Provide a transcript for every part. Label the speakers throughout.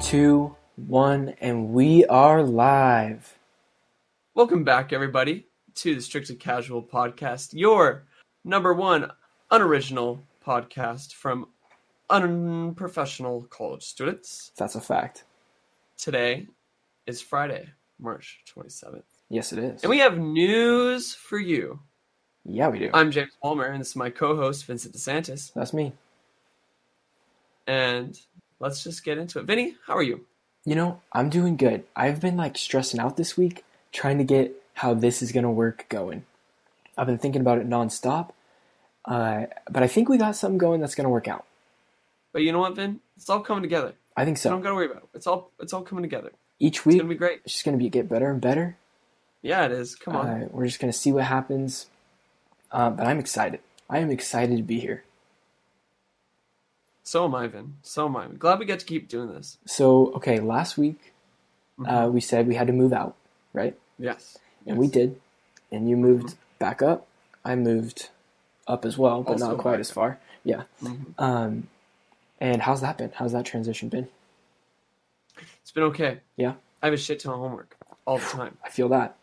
Speaker 1: two, one, and we are live.
Speaker 2: Welcome back, everybody, to the Strictly Casual Podcast, your number one unoriginal podcast from unprofessional college students.
Speaker 1: That's a fact.
Speaker 2: Today is Friday, March 27th,
Speaker 1: Yes, it is.
Speaker 2: and we have news for you.
Speaker 1: yeah, we do.
Speaker 2: I'm James Palmer, and this is my co host, Vincent DeSantis.
Speaker 1: That's me.
Speaker 2: And let's just get into it. Vinny, how are you?
Speaker 1: You know, I'm doing good. I've been like stressing out this week trying to get how this is going to work going. I've been thinking about it nonstop, uh, but I think we got something going that's going to work out.
Speaker 2: But you know what, Vin? It's all coming together.
Speaker 1: I think
Speaker 2: So don't
Speaker 1: so.
Speaker 2: got to worry about it. It's all, it's all coming together.
Speaker 1: Each
Speaker 2: It's
Speaker 1: week,
Speaker 2: going to be great.
Speaker 1: it's just going to be get better and better.
Speaker 2: Yeah, it is. Come on.
Speaker 1: Uh, we're just going to see what happens. Uh, but I'm excited. I am excited to be here.
Speaker 2: So am I, Vin. So am I. Glad we get to keep doing this.
Speaker 1: So, okay, last week uh,
Speaker 2: Mhm.
Speaker 1: we said we had to move out, right?
Speaker 2: Yes. Mm-hmm.
Speaker 1: And we did. And you moved back up. I moved up as well, but
Speaker 2: Also
Speaker 1: not quite
Speaker 2: back
Speaker 1: as far. Yeah.
Speaker 2: Mhm.
Speaker 1: Um, and how's that been? How's that transition been?
Speaker 2: It's been okay.
Speaker 1: Yeah.
Speaker 2: I have a shit ton of homework all the time.
Speaker 1: I feel that.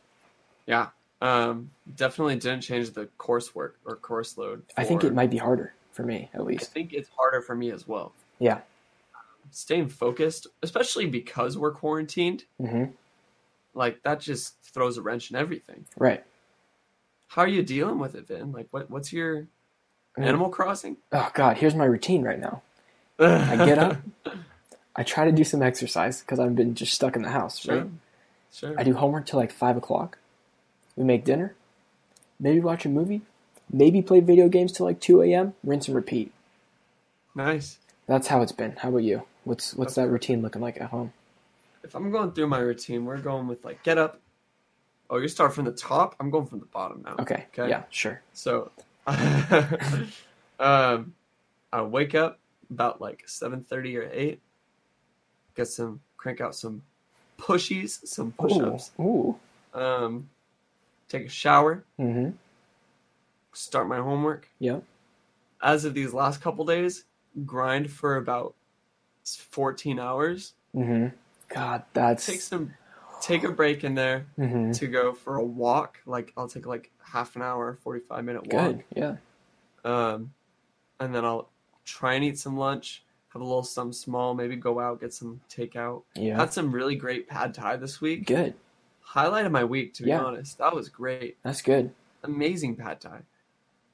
Speaker 2: Yeah. Um, definitely didn't change the coursework or course load.
Speaker 1: I think
Speaker 2: for-
Speaker 1: it might be harder for me, at
Speaker 2: I
Speaker 1: least.
Speaker 2: think it's harder for me as well.
Speaker 1: Yeah.
Speaker 2: Staying focused, especially because we're quarantined,
Speaker 1: hmm
Speaker 2: like that just throws a wrench in everything.
Speaker 1: Right.
Speaker 2: How are you dealing with it, Vin? Like, what what's your
Speaker 1: Mm.
Speaker 2: Animal Crossing?
Speaker 1: Oh, God, here's my routine right now.
Speaker 2: I
Speaker 1: get up, I try to do some exercise because I've been just stuck in the house,
Speaker 2: sure.
Speaker 1: right?
Speaker 2: Sure.
Speaker 1: I do homework till like five o'clock. We make dinner, maybe watch a movie, maybe play video games till like two a.m. Rinse and repeat.
Speaker 2: Nice.
Speaker 1: That's how it's been. How about you? What's what's that routine looking like at home?
Speaker 2: If I'm going through my routine, we're going with like get up. Oh, you start from the top. I'm going from the bottom now.
Speaker 1: Okay.
Speaker 2: Okay.
Speaker 1: Yeah. Sure.
Speaker 2: So, um, I wake up about like seven thirty or eight. Get some crank out some pushies, some push-ups.
Speaker 1: Ooh. Ooh.
Speaker 2: Um, take a shower.
Speaker 1: Mm-hmm.
Speaker 2: Start my homework.
Speaker 1: Yep.
Speaker 2: As of these last couple days, grind for about fourteen hours.
Speaker 1: Mm-hmm. God,
Speaker 2: Take
Speaker 1: that's.
Speaker 2: some, take a break in there
Speaker 1: Mm-hmm.
Speaker 2: to go for a walk. Like I'll take like half an hour, forty-five minute walk.
Speaker 1: Good. Yeah.
Speaker 2: um, and then I'll try and eat some lunch, have a little something small, maybe go out get some takeout.
Speaker 1: Yeah.
Speaker 2: Had some really great pad thai this week.
Speaker 1: Good.
Speaker 2: Highlight of my week, to be
Speaker 1: Yeah.
Speaker 2: honest. That was great,
Speaker 1: That's good.
Speaker 2: amazing pad thai.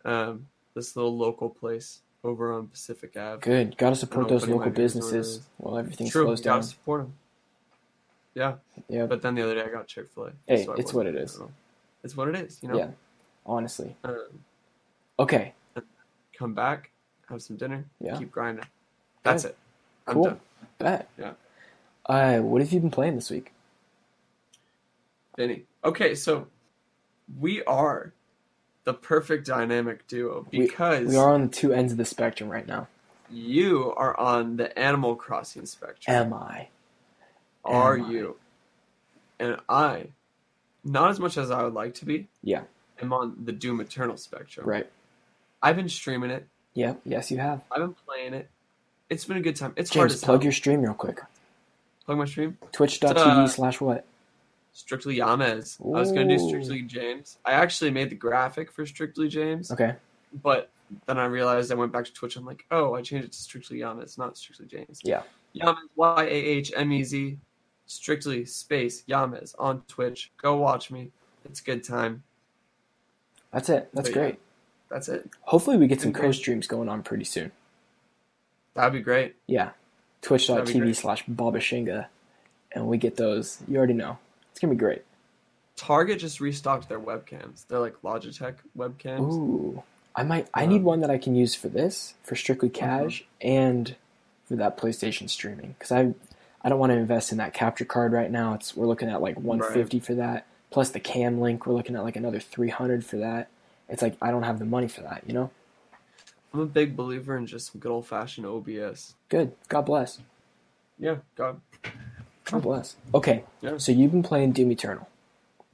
Speaker 2: Um, this little local place over on Pacific Ave.
Speaker 1: Good. Got to
Speaker 2: I'm
Speaker 1: support those
Speaker 2: opening
Speaker 1: local
Speaker 2: my doors to
Speaker 1: businesses
Speaker 2: those.
Speaker 1: while everything
Speaker 2: True,
Speaker 1: slows
Speaker 2: gotta
Speaker 1: down.
Speaker 2: support 'em. Yeah,
Speaker 1: Yeah.
Speaker 2: but then the other day I got Chick Fil A.
Speaker 1: Hey, it's what it is.
Speaker 2: It's what it is, you know.
Speaker 1: Yeah. Honestly.
Speaker 2: Um,
Speaker 1: Okay.
Speaker 2: come back, have some dinner,
Speaker 1: Yeah.
Speaker 2: keep grinding. That's
Speaker 1: Good.
Speaker 2: it. I'm
Speaker 1: Cool.
Speaker 2: done.
Speaker 1: Bet.
Speaker 2: Yeah.
Speaker 1: Uh, what have you been playing this week?
Speaker 2: Vinny. Okay, so we are the perfect dynamic duo because
Speaker 1: We are on the two ends of the spectrum right now.
Speaker 2: you are on the Animal Crossing spectrum.
Speaker 1: Am I?
Speaker 2: are
Speaker 1: am I?
Speaker 2: you? And I, not as much as I would like to be,
Speaker 1: Yeah.
Speaker 2: am on the Doom Eternal spectrum.
Speaker 1: Right.
Speaker 2: I've been streaming it.
Speaker 1: Yeah. Yes, you have.
Speaker 2: I've been playing it. It's been a good time. It's hard
Speaker 1: James,
Speaker 2: to
Speaker 1: plug your stream real quick.
Speaker 2: plug my stream.
Speaker 1: Twitch.tv
Speaker 2: Uh,
Speaker 1: slash what?
Speaker 2: Strictly Yames. I was gonna do
Speaker 1: Ooh.
Speaker 2: Strictly James. I actually made the graphic for Strictly James.
Speaker 1: Okay.
Speaker 2: but then I realized I went back to Twitch. I'm like, oh, I changed it to Strictly Yamez, not Strictly James.
Speaker 1: Yeah.
Speaker 2: Yamez, Y A H M E Z, Strictly Space Yamez on Twitch. Go watch me. It's a good time.
Speaker 1: That's it. That's
Speaker 2: But yeah.
Speaker 1: great.
Speaker 2: That's it.
Speaker 1: Hopefully we get some
Speaker 2: Okay.
Speaker 1: co streams going on pretty soon.
Speaker 2: That'd be great.
Speaker 1: Yeah.
Speaker 2: That'd be
Speaker 1: Twitch.tv
Speaker 2: great.
Speaker 1: slash Babashinga. And we get those. You already know. It's gonna be great.
Speaker 2: Target just restocked their webcams. They're like Logitech webcams.
Speaker 1: Ooh. I might I
Speaker 2: Uh,
Speaker 1: need one that I can use for this, for strictly
Speaker 2: uh-huh.
Speaker 1: cash, and for that PlayStation streaming. Because I I don't want to invest in that capture card right now. It's we're looking at like one fifty for that. Plus the cam link, we're looking at like another three hundred for that. It's like I don't have the money for that, you know?
Speaker 2: I'm a big believer in just good old fashioned OBS.
Speaker 1: Good. God bless.
Speaker 2: Yeah, God.
Speaker 1: God bless. Okay.
Speaker 2: Yeah.
Speaker 1: So you've been playing Doom Eternal.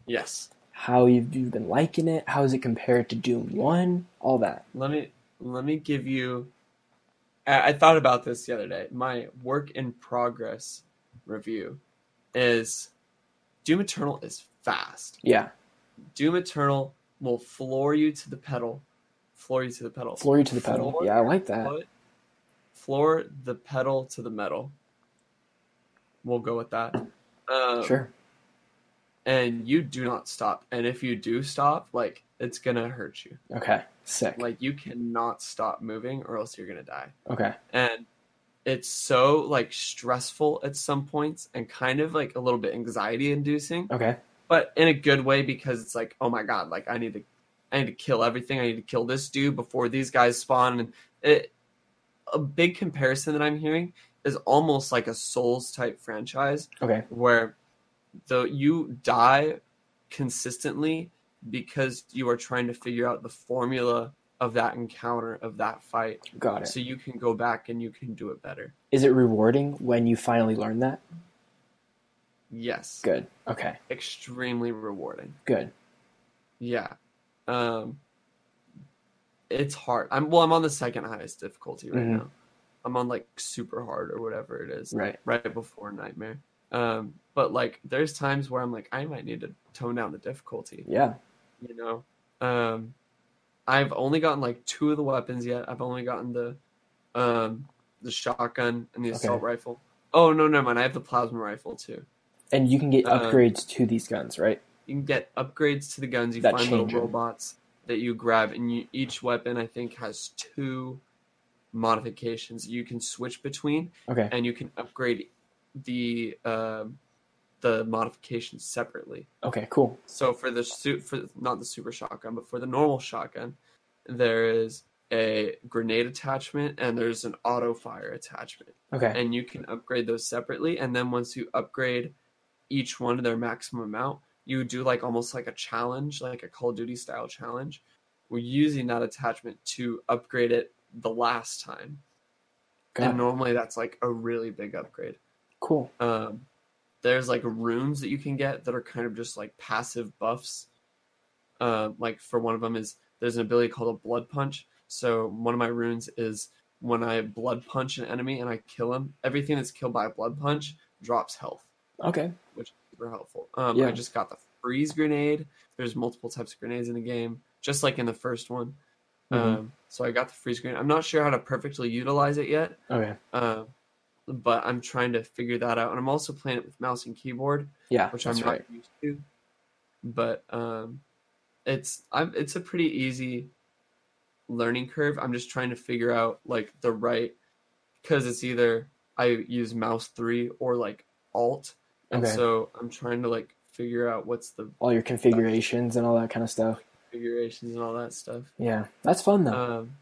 Speaker 2: Yes.
Speaker 1: How you've, you've been liking it? How is it compared to Doom One? All that.
Speaker 2: Let me let me give you. I, I thought about this the other day. My work in progress review is Doom Eternal is fast.
Speaker 1: Yeah,
Speaker 2: Doom Eternal will floor you to the pedal, floor you to the pedal,
Speaker 1: floor you to the pedal.
Speaker 2: Floor-
Speaker 1: yeah, I like that.
Speaker 2: foot, floor the pedal to the metal. We'll go with that. Um,
Speaker 1: Sure.
Speaker 2: And you do not stop. And if you do stop, like it's gonna hurt you.
Speaker 1: Okay. Sick.
Speaker 2: Like you cannot stop moving, or else you're gonna die.
Speaker 1: Okay.
Speaker 2: And it's so like stressful at some points, and kind of like a little bit anxiety inducing,
Speaker 1: Okay.
Speaker 2: but in a good way because it's like, oh my god, like I need to, I need to kill everything. I need to kill this dude before these guys spawn. And it, a big comparison that I'm hearing is almost like a Souls type franchise
Speaker 1: Okay.
Speaker 2: where the you die consistently because you are trying to figure out the formula of that encounter of that fight
Speaker 1: Got it.
Speaker 2: so you can go back and you can do it better
Speaker 1: Is it rewarding when you finally learn that?
Speaker 2: yes
Speaker 1: Good. Okay.
Speaker 2: extremely rewarding
Speaker 1: Good.
Speaker 2: yeah um it's hard i'm well i'm on the second highest difficulty right
Speaker 1: Mhm.
Speaker 2: now i'm on like super hard or whatever it is
Speaker 1: Right.
Speaker 2: right before nightmare um but like there's times where i'm like i might need to tone down the difficulty
Speaker 1: Yeah.
Speaker 2: you know um i've only gotten like two of the weapons yet i've only gotten the um the shotgun and the
Speaker 1: Okay.
Speaker 2: assault rifle oh no never mind i have the plasma rifle too
Speaker 1: And you can get
Speaker 2: Uh,
Speaker 1: upgrades to these guns, right?
Speaker 2: you can get upgrades to the guns you
Speaker 1: That
Speaker 2: find
Speaker 1: change it.
Speaker 2: little robots that you grab and you, each weapon i think has two modifications you can switch between
Speaker 1: Okay.
Speaker 2: and you can upgrade the um the modifications separately
Speaker 1: Okay. Cool.
Speaker 2: So for the suit, for not the super shotgun, but for the normal shotgun, there is a grenade attachment and there's an auto fire attachment,
Speaker 1: Okay.
Speaker 2: and you can upgrade those separately. And then once you upgrade each one to their maximum amount, you do like almost like a challenge, like a Call of Duty style challenge. We're using that attachment to upgrade it the last time, and
Speaker 1: Got it.
Speaker 2: normally that's like a really big upgrade
Speaker 1: Cool.
Speaker 2: um, there's like runes that you can get that are kind of just like passive buffs. Uh, like for one of them is there's an ability called a blood punch. So one of my runes is when I blood punch an enemy and I kill him, everything that's killed by a blood punch drops health,
Speaker 1: Okay.
Speaker 2: which is super helpful. Um,
Speaker 1: Yeah.
Speaker 2: I just got the freeze grenade. There's multiple types of grenades in the game, just like in the first one.
Speaker 1: Mhm.
Speaker 2: Um, so I got the freeze grenade. I'm not sure how to perfectly utilize it yet.
Speaker 1: Okay.
Speaker 2: Um, but I'm trying to figure that out, and I'm also playing it with mouse and keyboard,
Speaker 1: Yeah.
Speaker 2: which
Speaker 1: that's
Speaker 2: I'm not
Speaker 1: right.
Speaker 2: used to. But um, it's I'm it's a pretty easy learning curve. I'm just trying to figure out like the right because it's either I use mouse three or like alt, and
Speaker 1: Okay.
Speaker 2: so I'm trying to like figure out what's the
Speaker 1: All your configurations and all that kind of stuff.
Speaker 2: configurations and all that stuff.
Speaker 1: Yeah. That's fun though.
Speaker 2: Um,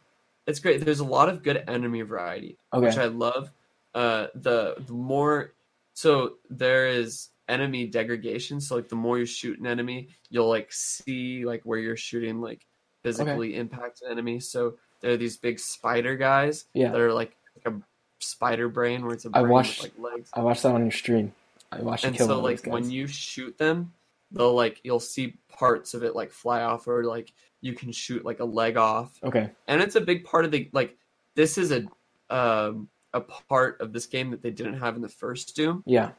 Speaker 2: it's great. There's a lot of good enemy variety which
Speaker 1: okay.
Speaker 2: I love. Uh, the, the more so there is enemy degradation. So like the more you shoot an enemy, you'll like see like where you're shooting like physically impact an enemy. So there are these big spider guys
Speaker 1: yeah.
Speaker 2: that are like, like a spider brain where it's a
Speaker 1: I
Speaker 2: brain
Speaker 1: watched-
Speaker 2: with like legs.
Speaker 1: I watched that on your stream. I watched you
Speaker 2: And
Speaker 1: kill
Speaker 2: so
Speaker 1: one of
Speaker 2: like
Speaker 1: those guys.
Speaker 2: when you shoot them, they'll like you'll see parts of it like fly off or like you can shoot like a leg off
Speaker 1: okay.
Speaker 2: and it's a big part of the like this is a um a part of this game that they didn't have in the first doom
Speaker 1: Yeah.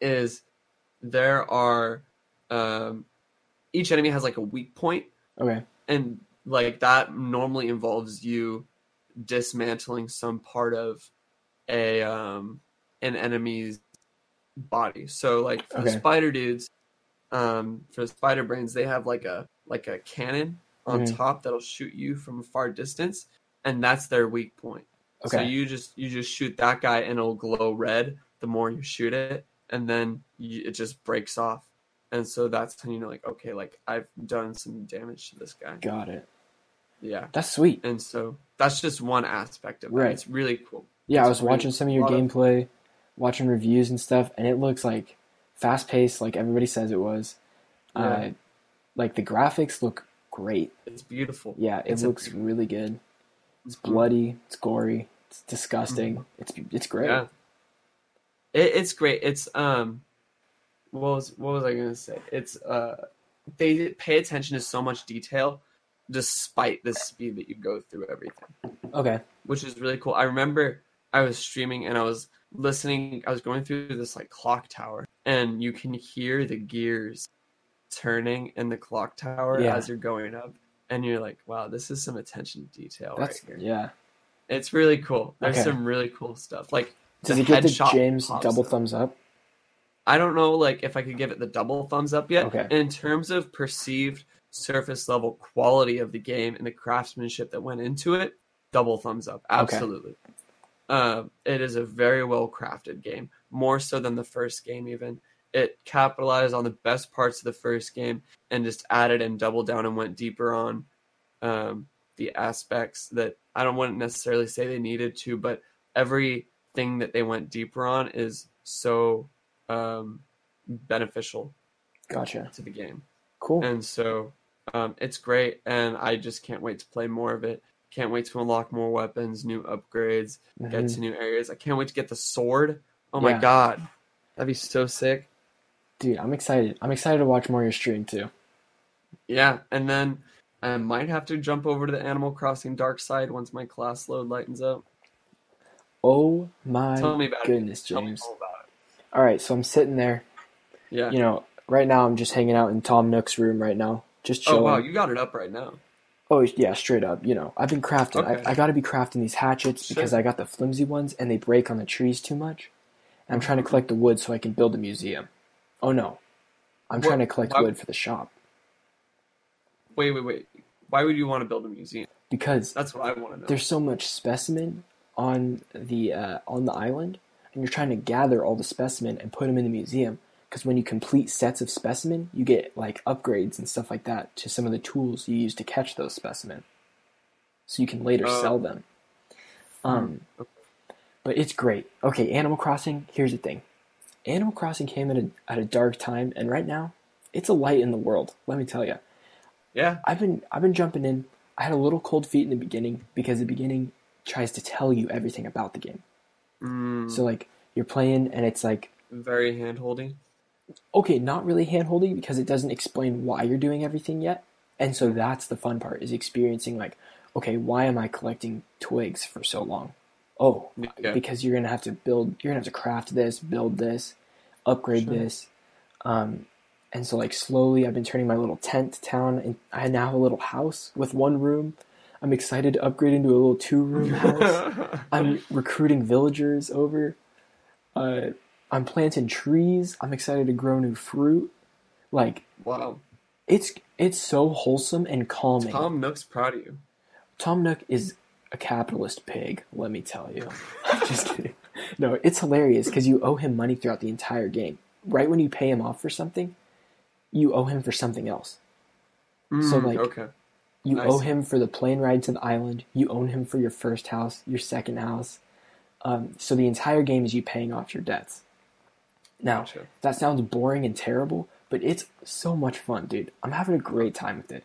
Speaker 2: is there are um each enemy has like a weak point
Speaker 1: Okay.
Speaker 2: and like that normally involves you dismantling some part of a um an enemy's body so like for the
Speaker 1: Okay.
Speaker 2: spider dudes um for the spider brains they have like a like a cannon on
Speaker 1: Mhm.
Speaker 2: top that'll shoot you from a far distance and that's their weak point
Speaker 1: Okay.
Speaker 2: so you just you just shoot that guy and it'll glow red the more you shoot it, and then you, it just breaks off. And so that's when you know, like, okay, like I've done some damage to this guy.
Speaker 1: Got it.
Speaker 2: Yeah.
Speaker 1: That's sweet.
Speaker 2: And so that's just one aspect of it.
Speaker 1: Right.
Speaker 2: It's really cool.
Speaker 1: Yeah, I
Speaker 2: It's
Speaker 1: was
Speaker 2: really-
Speaker 1: watching some of your
Speaker 2: lot of-
Speaker 1: gameplay, watching reviews and stuff, and it looks like fast paced, like everybody says it was. Uh,
Speaker 2: Yeah.
Speaker 1: like the graphics look great.
Speaker 2: It's beautiful.
Speaker 1: Yeah, it
Speaker 2: It's a-
Speaker 1: looks really good. It's bloody. It's gory. It's disgusting. It's it's great.
Speaker 2: Mm-hmm. Yeah. It, it's great. It's um, what was what was I gonna say? It's uh, they pay attention to so much detail, despite the speed that you go through everything.
Speaker 1: Okay.
Speaker 2: which is really cool. I remember I was streaming and I was listening i was going through this like clock tower and you can hear the gears turning in the clock tower
Speaker 1: Yeah.
Speaker 2: as you're going up and you're like wow this is some attention to detail
Speaker 1: That's
Speaker 2: right here
Speaker 1: yeah.
Speaker 2: it's really cool there's
Speaker 1: Okay.
Speaker 2: some really cool stuff like
Speaker 1: Does
Speaker 2: The
Speaker 1: it get the
Speaker 2: headshot
Speaker 1: James
Speaker 2: pops
Speaker 1: double
Speaker 2: up.
Speaker 1: thumbs up?
Speaker 2: i don't know like if i could give it the double thumbs up yet
Speaker 1: Okay.
Speaker 2: in terms of perceived surface level quality of the game and the craftsmanship that went into it double thumbs up absolutely um, it is a very well crafted game more so than the first game even it capitalized on the best parts of the first game and just added and doubled down and went deeper on um, the aspects that i don't want to necessarily say they needed to but everything that they went deeper on is so um, beneficial
Speaker 1: Gotcha.
Speaker 2: to the game
Speaker 1: Cool.
Speaker 2: and so um, it's great and i just can't wait to play more of it can't wait to unlock more weapons new upgrades get
Speaker 1: Mhm.
Speaker 2: to new areas i can't wait to get the sword oh my
Speaker 1: Yeah.
Speaker 2: god that'd be so sick
Speaker 1: Dude, I'm excited. I'm excited to watch more of your stream too.
Speaker 2: yeah and then i might have to jump over to the animal crossing dark side once my class load lightens up
Speaker 1: Oh my
Speaker 2: tell me about
Speaker 1: goodness,
Speaker 2: it Tell me
Speaker 1: James.
Speaker 2: all about it.
Speaker 1: All right, so I'm sitting there.
Speaker 2: yeah
Speaker 1: You know, right now I'm just hanging out in Tom Nook's room right now, just
Speaker 2: oh
Speaker 1: chilling.
Speaker 2: wow you got it up right now
Speaker 1: Oh yeah, straight up. You know, I've been crafting.
Speaker 2: Okay.
Speaker 1: I, I got to be crafting these hatchets
Speaker 2: Sure.
Speaker 1: because I got the flimsy ones and they break on the trees too much. And I'm trying
Speaker 2: Mm-hmm.
Speaker 1: to collect the wood so I can build a museum. Oh no, I'm
Speaker 2: What-
Speaker 1: trying to collect
Speaker 2: why-
Speaker 1: wood for the shop
Speaker 2: wait wait wait why would you want to build a museum
Speaker 1: because
Speaker 2: that's what i want to know
Speaker 1: there's so much specimen on the uh, on the island, and you're trying to gather all the specimen and put them in the museum. Because when you complete sets of specimen, you get like upgrades and stuff like that to some of the tools you use to catch those specimen, so you can later
Speaker 2: Oh.
Speaker 1: sell them. Um,
Speaker 2: okay.
Speaker 1: but it's great. Okay, Animal Crossing. Here's the thing: Animal Crossing came at a at a dark time, and right now, it's a light in the world. Let me tell you.
Speaker 2: yeah
Speaker 1: I've been I've been jumping in. I had a little cold feet in the beginning because the beginning tries to tell you everything about the game.
Speaker 2: Mm,
Speaker 1: So like you're playing and it's like
Speaker 2: very hand holding
Speaker 1: okay, not really hand holding because it doesn't explain why you're doing everything yet. And so that's the fun part is experiencing like okay, why am I collecting twigs for so long? Oh,
Speaker 2: Yeah.
Speaker 1: because you're going to have to build you're going to have to craft this, build this, upgrade
Speaker 2: Sure.
Speaker 1: this. Um and so like slowly I've been turning my little tent town and I now have a little house with one room. I'm excited to upgrade into a little two room house. I'm recruiting villagers over. Uh, I'm planting trees. I'm excited to grow new fruit. Like
Speaker 2: wow
Speaker 1: it's it's so wholesome and calming. Tom,
Speaker 2: Tom Nook's proud of you.
Speaker 1: Nook is a capitalist pig. Let me tell you. I'm just kidding. No, it's hilarious because you owe him money throughout the entire game. Right when you pay him off for something, you owe him for something else. So,
Speaker 2: Mm,
Speaker 1: like-
Speaker 2: okay,
Speaker 1: You
Speaker 2: I
Speaker 1: owe
Speaker 2: see.
Speaker 1: him for the plane ride to the island. You own him for your first house, your second house. Um, so the entire game is you paying off your debts. Now,
Speaker 2: Gotcha.
Speaker 1: that sounds boring and terrible, but it's so much fun, dude. I'm having a great time with it.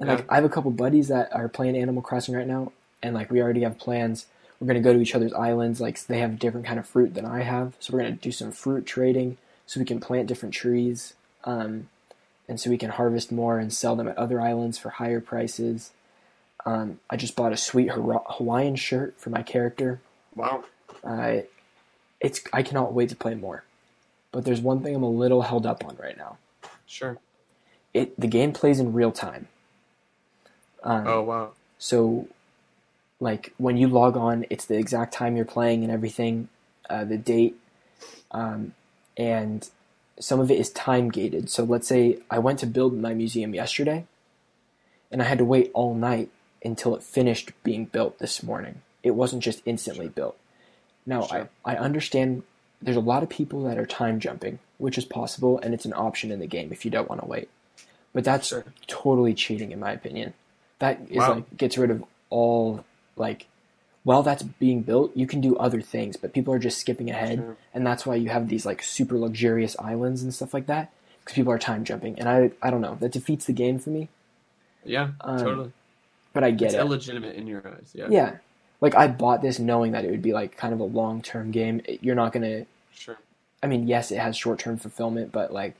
Speaker 1: And
Speaker 2: Yeah.
Speaker 1: like, I have a couple buddies that are playing Animal Crossing right now, and like, we already have plans. We're gonna go to each other's islands. Like, they have different kind of fruit than I have, so we're gonna do some fruit trading, so we can plant different trees. Um, and so we can harvest more and sell them at other islands for higher prices. Um, I just bought a sweet Hara- Hawaiian shirt for my character.
Speaker 2: wow.
Speaker 1: I, it's I cannot wait to play more. But there's one thing I'm a little held up on right now.
Speaker 2: Sure.
Speaker 1: It the game plays in real time. Um,
Speaker 2: Oh wow.
Speaker 1: So, like when you log on, it's the exact time you're playing and everything, uh, the date, um, and some of it is time gated. So let's say I went to build my museum yesterday, and I had to wait all night until it finished being built this morning. It wasn't just instantly built. Now
Speaker 2: Sure.
Speaker 1: I, I understand there's a lot of people that are time jumping, which is possible, and it's an option in the game if you don't want to wait. But that's
Speaker 2: Sure.
Speaker 1: totally cheating, in my opinion. That is
Speaker 2: Wow.
Speaker 1: like gets rid of all like while that's being built, you can do other things, but people are just skipping ahead,
Speaker 2: Sure.
Speaker 1: and that's why you have these like super luxurious islands and stuff like that because people are time jumping. And I I don't know that defeats the game for me,
Speaker 2: Yeah.
Speaker 1: um,
Speaker 2: totally.
Speaker 1: but I get
Speaker 2: It's
Speaker 1: it.
Speaker 2: illegitimate in your eyes. Yeah.
Speaker 1: yeah, like I bought this knowing that it would be like kind of a long term game. It- You're not gonna
Speaker 2: Sure.
Speaker 1: I mean, yes, it has short term fulfillment, but like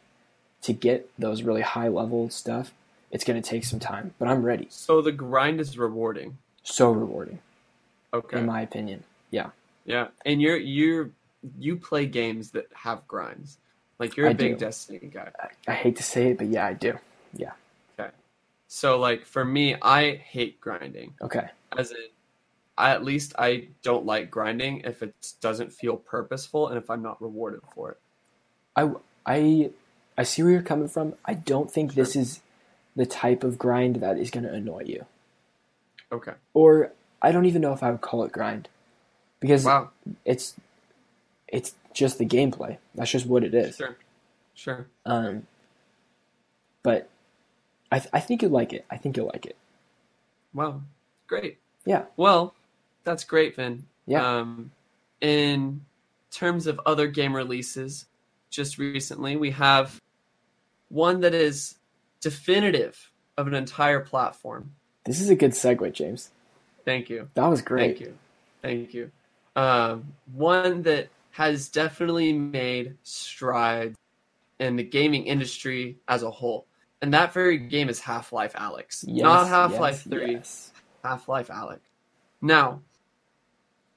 Speaker 1: to get those really high level stuff, it's going to take some time. But I'm ready.
Speaker 2: So the grind is rewarding.
Speaker 1: So rewarding,
Speaker 2: Okay.
Speaker 1: in my opinion. Yeah.
Speaker 2: Yeah, and you're you're you play games that have grinds. Like you're a
Speaker 1: I
Speaker 2: big
Speaker 1: do.
Speaker 2: Destiny guy.
Speaker 1: I hate to say it, but yeah, I do.
Speaker 2: So like for me, I hate grinding.
Speaker 1: Okay.
Speaker 2: As in, I at least I don't like grinding if it doesn't feel purposeful and if I'm not rewarded for it.
Speaker 1: I I see where you're coming from. I don't think this is the type of grind that is going to annoy you.
Speaker 2: Okay.
Speaker 1: Or I don't even know if I would call it grind. Because
Speaker 2: Wow.
Speaker 1: it's it's just the gameplay. That's just what it is.
Speaker 2: Sure. Sure.
Speaker 1: Um, but I th- I think you'll like it. I think you'll like it.
Speaker 2: Wow. Great.
Speaker 1: Yeah.
Speaker 2: Well, that's great, Vin.
Speaker 1: Yeah.
Speaker 2: Um, in terms of other game releases, just recently we have one that is definitive of an entire platform.
Speaker 1: This is a good segue, James.
Speaker 2: Thank you.
Speaker 1: That was great.
Speaker 2: Thank you. Thank you. Um, one that has definitely made strides in the gaming industry as a whole. And that very game is Half Life Alex.
Speaker 1: Yes,
Speaker 2: Not Half Life
Speaker 1: yes,
Speaker 2: 3,
Speaker 1: yes.
Speaker 2: Half Life Alex. Now,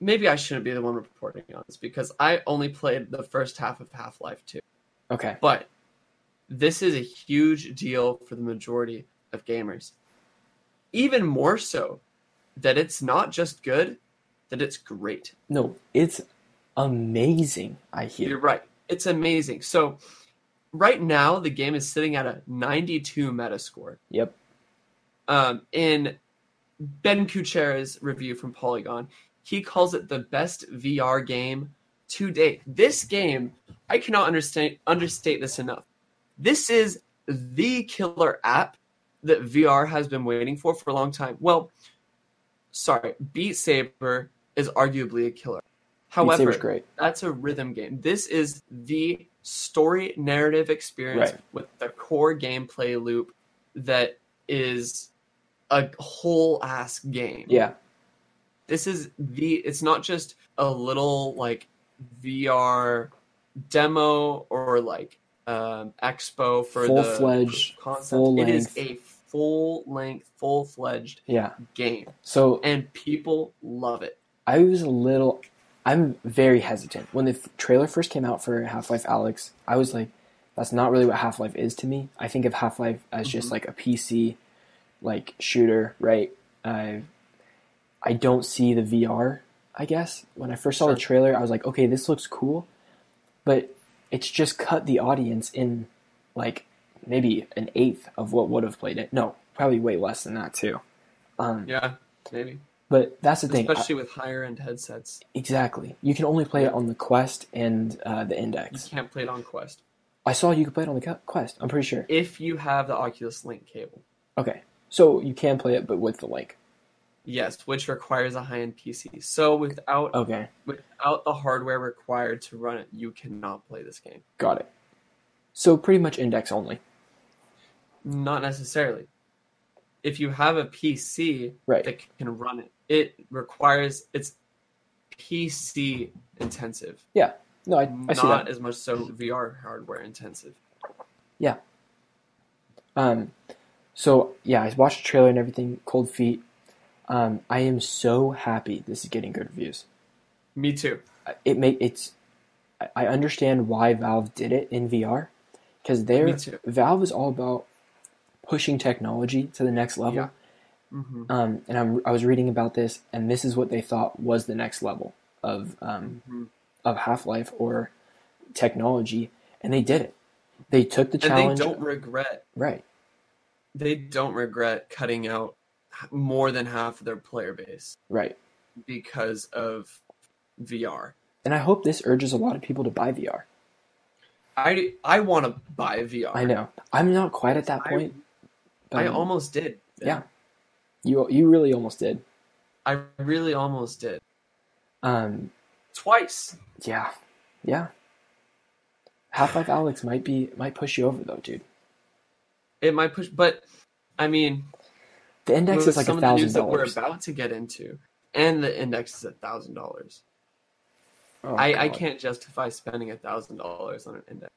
Speaker 2: maybe I shouldn't be the one reporting on this because I only played the first half of Half Life 2.
Speaker 1: Okay.
Speaker 2: But this is a huge deal for the majority of gamers. Even more so that it's not just good, that it's great.
Speaker 1: No, it's amazing. I hear.
Speaker 2: You're right. It's amazing. So right now the game is sitting at a 92 metascore.
Speaker 1: Yep.
Speaker 2: Um, in Ben Kuchera's review from Polygon, he calls it the best VR game to date. This game, I cannot understand understate this enough. This is the killer app that VR has been waiting for for a long time. Well, sorry, Beat Saber is arguably a killer.
Speaker 1: Beat
Speaker 2: However,
Speaker 1: Saber's great.
Speaker 2: that's a rhythm game. This is the story narrative experience
Speaker 1: Right.
Speaker 2: with the core gameplay loop that is a whole ass game.
Speaker 1: Yeah.
Speaker 2: This is the it's not just a little like VR demo or like um expo for the
Speaker 1: Full-fledged,
Speaker 2: proof of concept.
Speaker 1: full
Speaker 2: It is
Speaker 1: length.
Speaker 2: a full length, full fledged
Speaker 1: Yeah.
Speaker 2: game.
Speaker 1: So
Speaker 2: And people love it.
Speaker 1: I was a little. I'm very hesitant when the f- trailer first came out for Half Life Alex. I was like, that's not really what Half Life is to me. I think of Half Life as just
Speaker 2: Mhm.
Speaker 1: like a PC, like shooter, right? I I don't see the VR. I guess when I first saw the
Speaker 2: Sure.
Speaker 1: trailer, I was like, okay, this looks cool, but it's just cut the audience in like maybe an eighth of what would have played it. No, probably way less than that too. Um,
Speaker 2: Yeah, maybe.
Speaker 1: But that's the thing. I-
Speaker 2: Especially with higher end headsets.
Speaker 1: Exactly. You can only play it on the Quest and uh, the
Speaker 2: You
Speaker 1: Index.
Speaker 2: can't play it on Quest.
Speaker 1: I saw you could play it on the Cu- Quest. I'm pretty sure.
Speaker 2: If you have the Oculus Link cable.
Speaker 1: Okay, so you can play it, but with the link.
Speaker 2: Yes, which requires a high end PC. So without
Speaker 1: Okay,
Speaker 2: without the hardware required to run it, you cannot play this game.
Speaker 1: got it. So pretty much Index only,
Speaker 2: Not necessarily. If you have a PC
Speaker 1: right?
Speaker 2: that can run it, it requires it's PC intensive,
Speaker 1: No, I, I see
Speaker 2: not
Speaker 1: that.
Speaker 2: as much so VR hardware intensive.
Speaker 1: Um, so yeah, I watched the trailer and everything. Cold Feet. Um, I am so happy this is getting good reviews.
Speaker 2: Me too.
Speaker 1: It make it's. I- I understand why Valve did it in VR, because
Speaker 2: Me
Speaker 1: they're
Speaker 2: too.
Speaker 1: Valve is all about pushing technology to the next level.
Speaker 2: Yeah. hmm
Speaker 1: um, and I'm, I was reading about this, and this is what they thought was the next level of um,
Speaker 2: hmm
Speaker 1: of Half Life or technology, and they did it. They took the
Speaker 2: And they
Speaker 1: challenge,
Speaker 2: don't regret
Speaker 1: right?
Speaker 2: they don't regret cutting out h- more than half of their player base
Speaker 1: Right.
Speaker 2: because of VR.
Speaker 1: And I hope this urges a lot of people to buy VR.
Speaker 2: I I want to buy VR.
Speaker 1: I know I'm not quite at that
Speaker 2: I-
Speaker 1: point.
Speaker 2: I
Speaker 1: um,
Speaker 2: almost did.
Speaker 1: yeah. you you really almost did.
Speaker 2: I really almost did.
Speaker 1: Um,
Speaker 2: Twice.
Speaker 1: yeah, yeah. Half Life Alex might be might push you over though, dude.
Speaker 2: It might push, but I mean,
Speaker 1: The index
Speaker 2: with
Speaker 1: is like
Speaker 2: some
Speaker 1: a
Speaker 2: of the news
Speaker 1: thousand
Speaker 2: that we're
Speaker 1: dollars.
Speaker 2: about to get into, and the index is a thousand dollars.
Speaker 1: Oh,
Speaker 2: I I
Speaker 1: God.
Speaker 2: can't justify spending a thousand dollars on an index.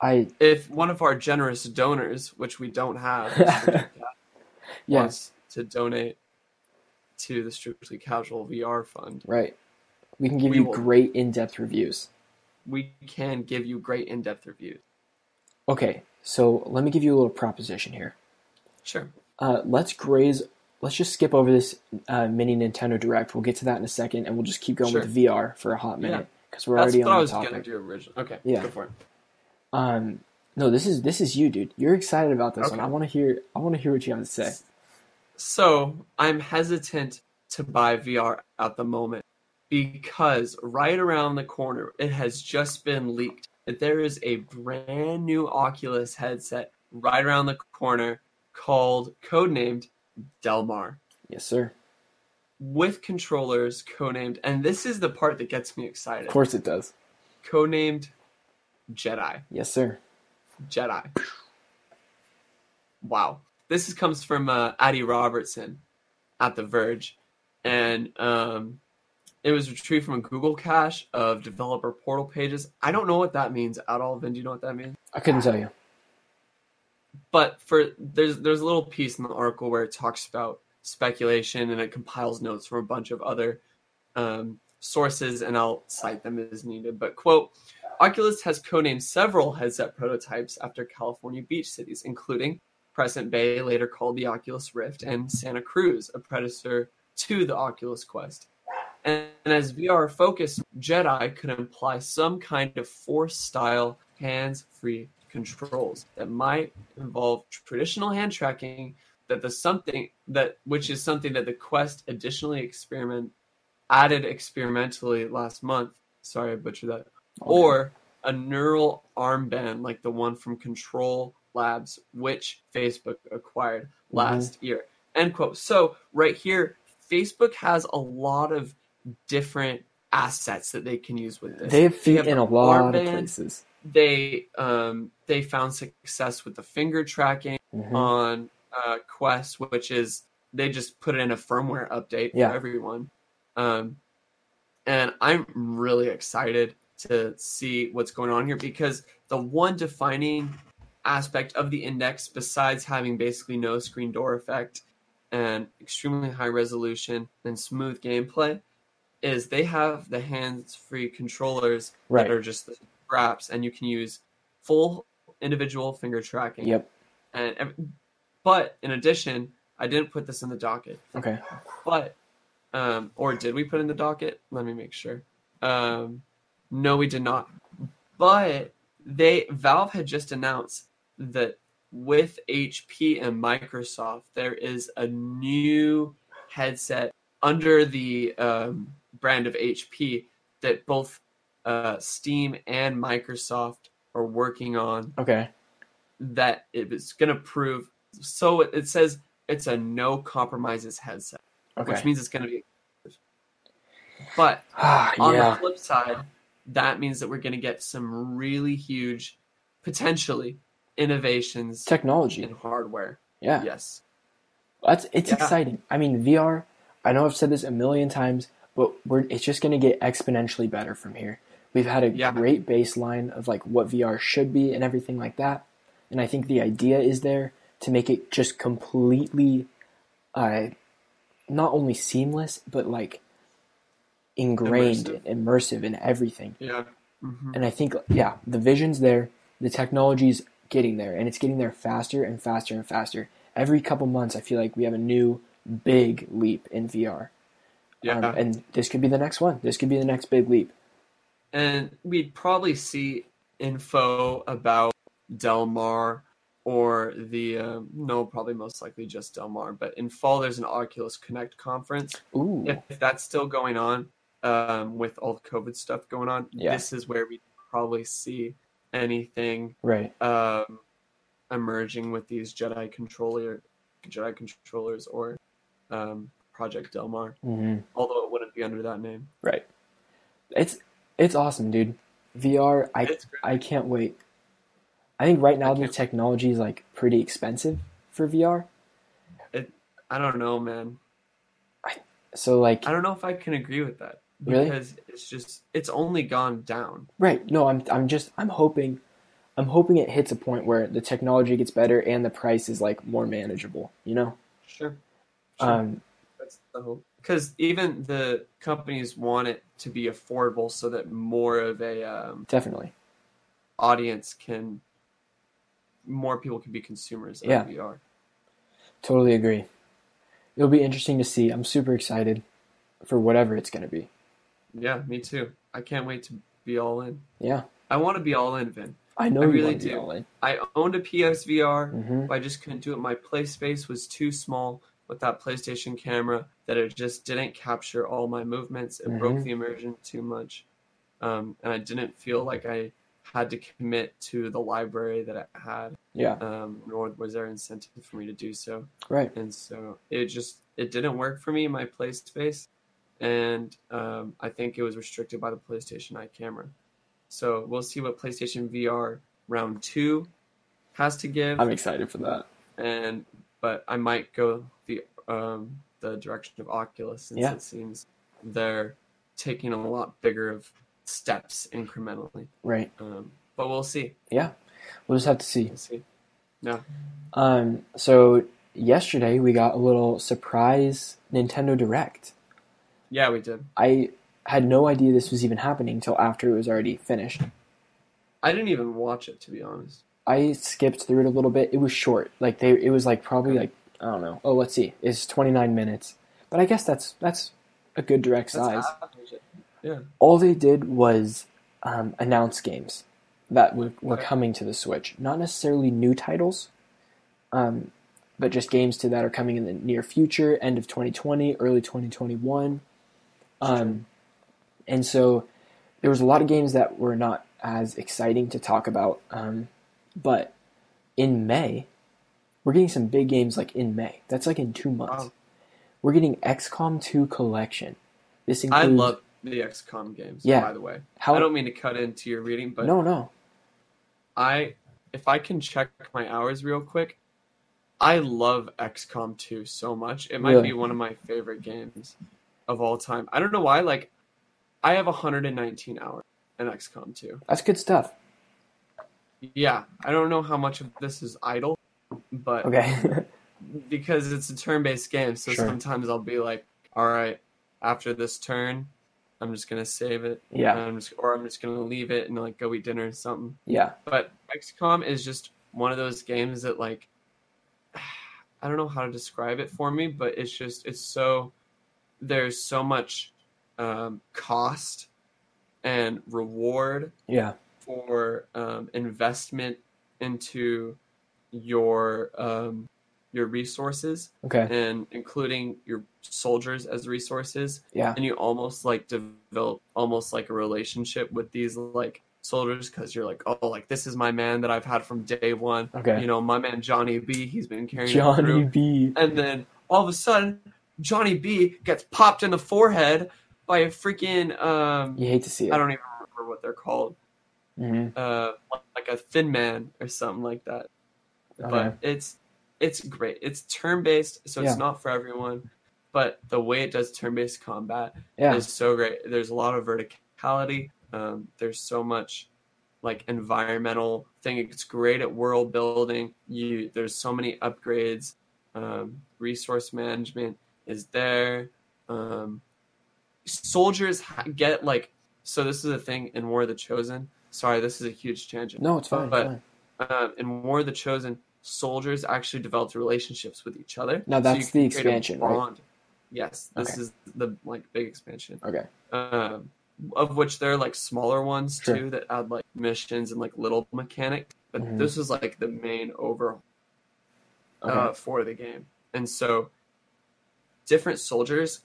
Speaker 1: I
Speaker 2: If one of our generous donors, which we don't have,
Speaker 1: yes,
Speaker 2: wants to donate to the Strictly Casual VR Fund,
Speaker 1: right. We can give
Speaker 2: We
Speaker 1: you
Speaker 2: will.
Speaker 1: great in-depth reviews.
Speaker 2: We can give you great in depth reviews.
Speaker 1: Okay, so let me give you a little proposition here.
Speaker 2: Sure.
Speaker 1: Uh, let's graze. Let's just skip over this uh, mini Nintendo Direct. We'll get to that in a second, and we'll just keep going
Speaker 2: Sure.
Speaker 1: with VR for a hot minute because we're
Speaker 2: That's
Speaker 1: already
Speaker 2: what I
Speaker 1: on the
Speaker 2: was going to
Speaker 1: topic.
Speaker 2: do originally. Okay.
Speaker 1: Yeah.
Speaker 2: Go for it.
Speaker 1: Um, no, this is this is you, dude. You're excited about this one. I
Speaker 2: Okay.
Speaker 1: want to hear. I want to hear what you have to say.
Speaker 2: So I'm hesitant to buy VR at the moment because right around the corner, it has just been leaked that there is a brand new Oculus headset right around the corner called codenamed Delmar
Speaker 1: Yes, sir.
Speaker 2: with controllers codenamed, and this is the part that gets me
Speaker 1: Of
Speaker 2: excited.
Speaker 1: course it does.
Speaker 2: Codenamed Jedi.
Speaker 1: Yes, sir.
Speaker 2: Jedi. Wow. This is, comes from uh, Addie Robertson at The Verge. And um, it was retrieved from a Google cache of developer portal pages. I don't know what that means at all, Vin. Do you know what that means?
Speaker 1: I couldn't tell you.
Speaker 2: But for there's there's a little piece in the article where it talks about speculation and it compiles notes from a bunch of other um, sources, and I'll cite them as needed. But quote, Oculus has codenamed several headset prototypes after California beach cities, including Crescent Bay, later called the Oculus Rift, and Santa Cruz, a predecessor to the Oculus Quest. And, and as VR focused, Jedi could imply some kind of force style hands free controls that might involve traditional hand tracking that the something that which is something that the quest additionally experiment added experimentally last month sorry i butchered that or a neural armband like the one from Control Labs, which Facebook acquired
Speaker 1: Mm-hmm.
Speaker 2: last year. End quote. So right here, Facebook has a lot of different assets that they can use with this.
Speaker 1: they have feet
Speaker 2: have
Speaker 1: in a lot of
Speaker 2: armbands.
Speaker 1: places.
Speaker 2: They um, they found success with the finger tracking
Speaker 1: Mhm.
Speaker 2: on uh, Quest, which is they just put in a firmware update
Speaker 1: Yeah.
Speaker 2: for everyone. Um, and I'm really excited to see what's going on here because the one defining aspect of the index, besides having basically no screen door effect and extremely high resolution and smooth gameplay, is they have the hands free controllers
Speaker 1: Right.
Speaker 2: that are just the scraps, and you can use full individual finger tracking
Speaker 1: Yep.
Speaker 2: and ev- but in addition, I didn't put this in the docket,
Speaker 1: Okay.
Speaker 2: but um, or did we put in the docket? Let me make sure. Um, no, we did not. But they Valve had just announced that with HP and Microsoft, there is a new headset under the um, brand of HP that both uh, Steam and Microsoft are working on
Speaker 1: Okay.
Speaker 2: that it was going to prove. So it, it says it's a no compromises headset, which
Speaker 1: Okay.
Speaker 2: means it's going to be. But
Speaker 1: Ah,
Speaker 2: on the
Speaker 1: yeah.
Speaker 2: flip side, that means that we're going to get some really huge, potentially innovations in
Speaker 1: Technology.
Speaker 2: hardware.
Speaker 1: Yeah.
Speaker 2: Yes,
Speaker 1: That's it's
Speaker 2: Yeah.
Speaker 1: exciting. I mean, VR. I know I've said this a million times, but we're it's just going to get exponentially better from here. We've had a
Speaker 2: Yeah.
Speaker 1: great baseline of like what VR should be and everything like that, and I think the idea is there to make it just completely, uh, not only seamless but like ingrained,
Speaker 2: Immersive.
Speaker 1: and immersive in everything.
Speaker 2: yeah, hmm
Speaker 1: And I think, yeah, the vision's there, the technology's getting there, and it's getting there faster and faster and faster. Every couple months, I feel like we have a new big leap in VR.
Speaker 2: yeah.
Speaker 1: Um, and this could be the next one. This could be the next big leap.
Speaker 2: and we'd probably see info about Delmar or the um, no, probably most likely just Delmar. But in fall, there's an Oculus Connect conference.
Speaker 1: Ooh.
Speaker 2: if if that's still going on um, with all the COVID stuff going on,
Speaker 1: Yeah.
Speaker 2: this is where we probably see anything
Speaker 1: Right.
Speaker 2: um, emerging with these Jedi controller Jedi controllers or um, Project Delmar.
Speaker 1: hmm
Speaker 2: Although it wouldn't be under that name.
Speaker 1: Right. It's it's awesome, dude. VR, I
Speaker 2: It's great.
Speaker 1: I can't wait. I think right now
Speaker 2: I
Speaker 1: the
Speaker 2: can't-
Speaker 1: technology is like pretty expensive for VR.
Speaker 2: I don't know, man.
Speaker 1: So like
Speaker 2: I don't know if I can agree with that
Speaker 1: Really?
Speaker 2: because it's just it's only gone down.
Speaker 1: Right. No, I'm I'm just I'm hoping I'm hoping it hits a point where the technology gets better and the price is like more manageable, you know?
Speaker 2: Sure.
Speaker 1: Um
Speaker 2: that's also because even the companies want it to be affordable so that more of a um,
Speaker 1: Definitely.
Speaker 2: audience can, more people can be consumers of
Speaker 1: Yeah.
Speaker 2: VR.
Speaker 1: Totally agree. It'll be interesting to see. I'm super excited for whatever it's going to be.
Speaker 2: Yeah, me too. I can't wait to be all in.
Speaker 1: Yeah.
Speaker 2: I want to be all in, Vin.
Speaker 1: I know
Speaker 2: I
Speaker 1: you
Speaker 2: really
Speaker 1: want to be
Speaker 2: do.
Speaker 1: all in.
Speaker 2: I owned a PSVR.
Speaker 1: hmm
Speaker 2: I just couldn't do it. My play space was too small with that PlayStation camera that it just didn't capture all my movements. It broke
Speaker 1: Mhm.
Speaker 2: the immersion too much. Um, and I didn't feel like I had to commit to the library that I had,
Speaker 1: Yeah.
Speaker 2: um, nor was there incentive for me to do so.
Speaker 1: Right.
Speaker 2: And so it just it didn't work for me, my play space. And um, I think it was restricted by the PlayStation Eye camera. So we'll see what PlayStation VR round two has to give
Speaker 1: I'm excited for that.
Speaker 2: and but I might go the um the direction of Oculus since
Speaker 1: Yeah.
Speaker 2: it seems they're taking a lot bigger of steps incrementally.
Speaker 1: Right.
Speaker 2: Um, but we'll see.
Speaker 1: We'll just have to see.
Speaker 2: We'll see.
Speaker 1: Um, so yesterday we got a little surprise Nintendo Direct.
Speaker 2: Yeah, we did.
Speaker 1: I had no idea this was even happening until after it was already finished.
Speaker 2: I didn't even watch it to be honest.
Speaker 1: I skipped through it a little bit. It was short. Like they, it was like probably like I don't know. Oh, let's see. It's 29 minutes. But I guess that's that's a good direct
Speaker 2: That's
Speaker 1: size.
Speaker 2: average. Yeah.
Speaker 1: All they did was um, announce games that were, were
Speaker 2: Okay.
Speaker 1: coming to the Switch. Not necessarily new titles, um, but just games to that are coming in the near future, end of 2020, early 2021. Um, and so there was a lot of games that were not as exciting to talk about. Um, but in May, we're getting some big games like in May. That's like in two months.
Speaker 2: Wow.
Speaker 1: We're getting XCOM 2 Collection. This includes
Speaker 2: I love the XCOM games,
Speaker 1: Mm. Yeah.
Speaker 2: by the way.
Speaker 1: how
Speaker 2: I don't mean to cut into your reading, but
Speaker 1: no no
Speaker 2: I if I can check my hours real quick, I love XCOM 2 so much. It might
Speaker 1: Really?
Speaker 2: be one of my favorite games of all time. I don't know why like I have 119 hours in XCOM 2.
Speaker 1: that's good stuff.
Speaker 2: Yeah, I don't know how much of this is idle, but
Speaker 1: Okay,
Speaker 2: because it's a turn-based game, so
Speaker 1: Sure.
Speaker 2: sometimes I'll be like, all right, after this turn, I'm just going to save it.
Speaker 1: yeah
Speaker 2: And I'm just or I'm just going to leave it and like go eat dinner or something.
Speaker 1: yeah
Speaker 2: but XCOM is just one of those games that like I don't know how to describe it for me, but it's just it's so there's so much um, cost and reward
Speaker 1: yeah
Speaker 2: for um, investment into your um, your resources
Speaker 1: okay
Speaker 2: and including your soldiers as resources
Speaker 1: yeah
Speaker 2: and you almost like develop almost like a relationship with these like soldiers because you're like oh like this is my man that i've had from day one
Speaker 1: okay
Speaker 2: you know my man johnny b he's been carrying me
Speaker 1: Johnny
Speaker 2: through.
Speaker 1: B.
Speaker 2: and then all of a sudden johnny b gets popped in the forehead by a freaking um
Speaker 1: You hate to see it.
Speaker 2: i don't even remember what they're called
Speaker 1: Mhm.
Speaker 2: uh like a thin man or something like that
Speaker 1: Okay.
Speaker 2: but it's it's great. It's turn based, so
Speaker 1: Yeah.
Speaker 2: it's not for everyone. But the way it does turn based combat
Speaker 1: Yeah.
Speaker 2: is so great. There's a lot of verticality. Um, there's so much like environmental thing. It's great at world building. You there's so many upgrades. Um, resource management is there. Um, soldiers ha- get like so. This is a thing in War of the Chosen. Sorry, this is a huge tangent
Speaker 1: No, it's fine.
Speaker 2: but-
Speaker 1: fine.
Speaker 2: um, in War of the Chosen, soldiers actually developed relationships with each other.
Speaker 1: Now
Speaker 2: So
Speaker 1: that's
Speaker 2: you
Speaker 1: the
Speaker 2: can create a
Speaker 1: expansion, right?
Speaker 2: bond. Yes, this
Speaker 1: Okay.
Speaker 2: is the like big expansion.
Speaker 1: Okay.
Speaker 2: Um, of which there are like smaller ones
Speaker 1: Sure.
Speaker 2: too that add like missions and like little mechanics. But
Speaker 1: Mhm.
Speaker 2: this was like the main overhaul
Speaker 1: Okay.
Speaker 2: uh, for the game, and so different soldiers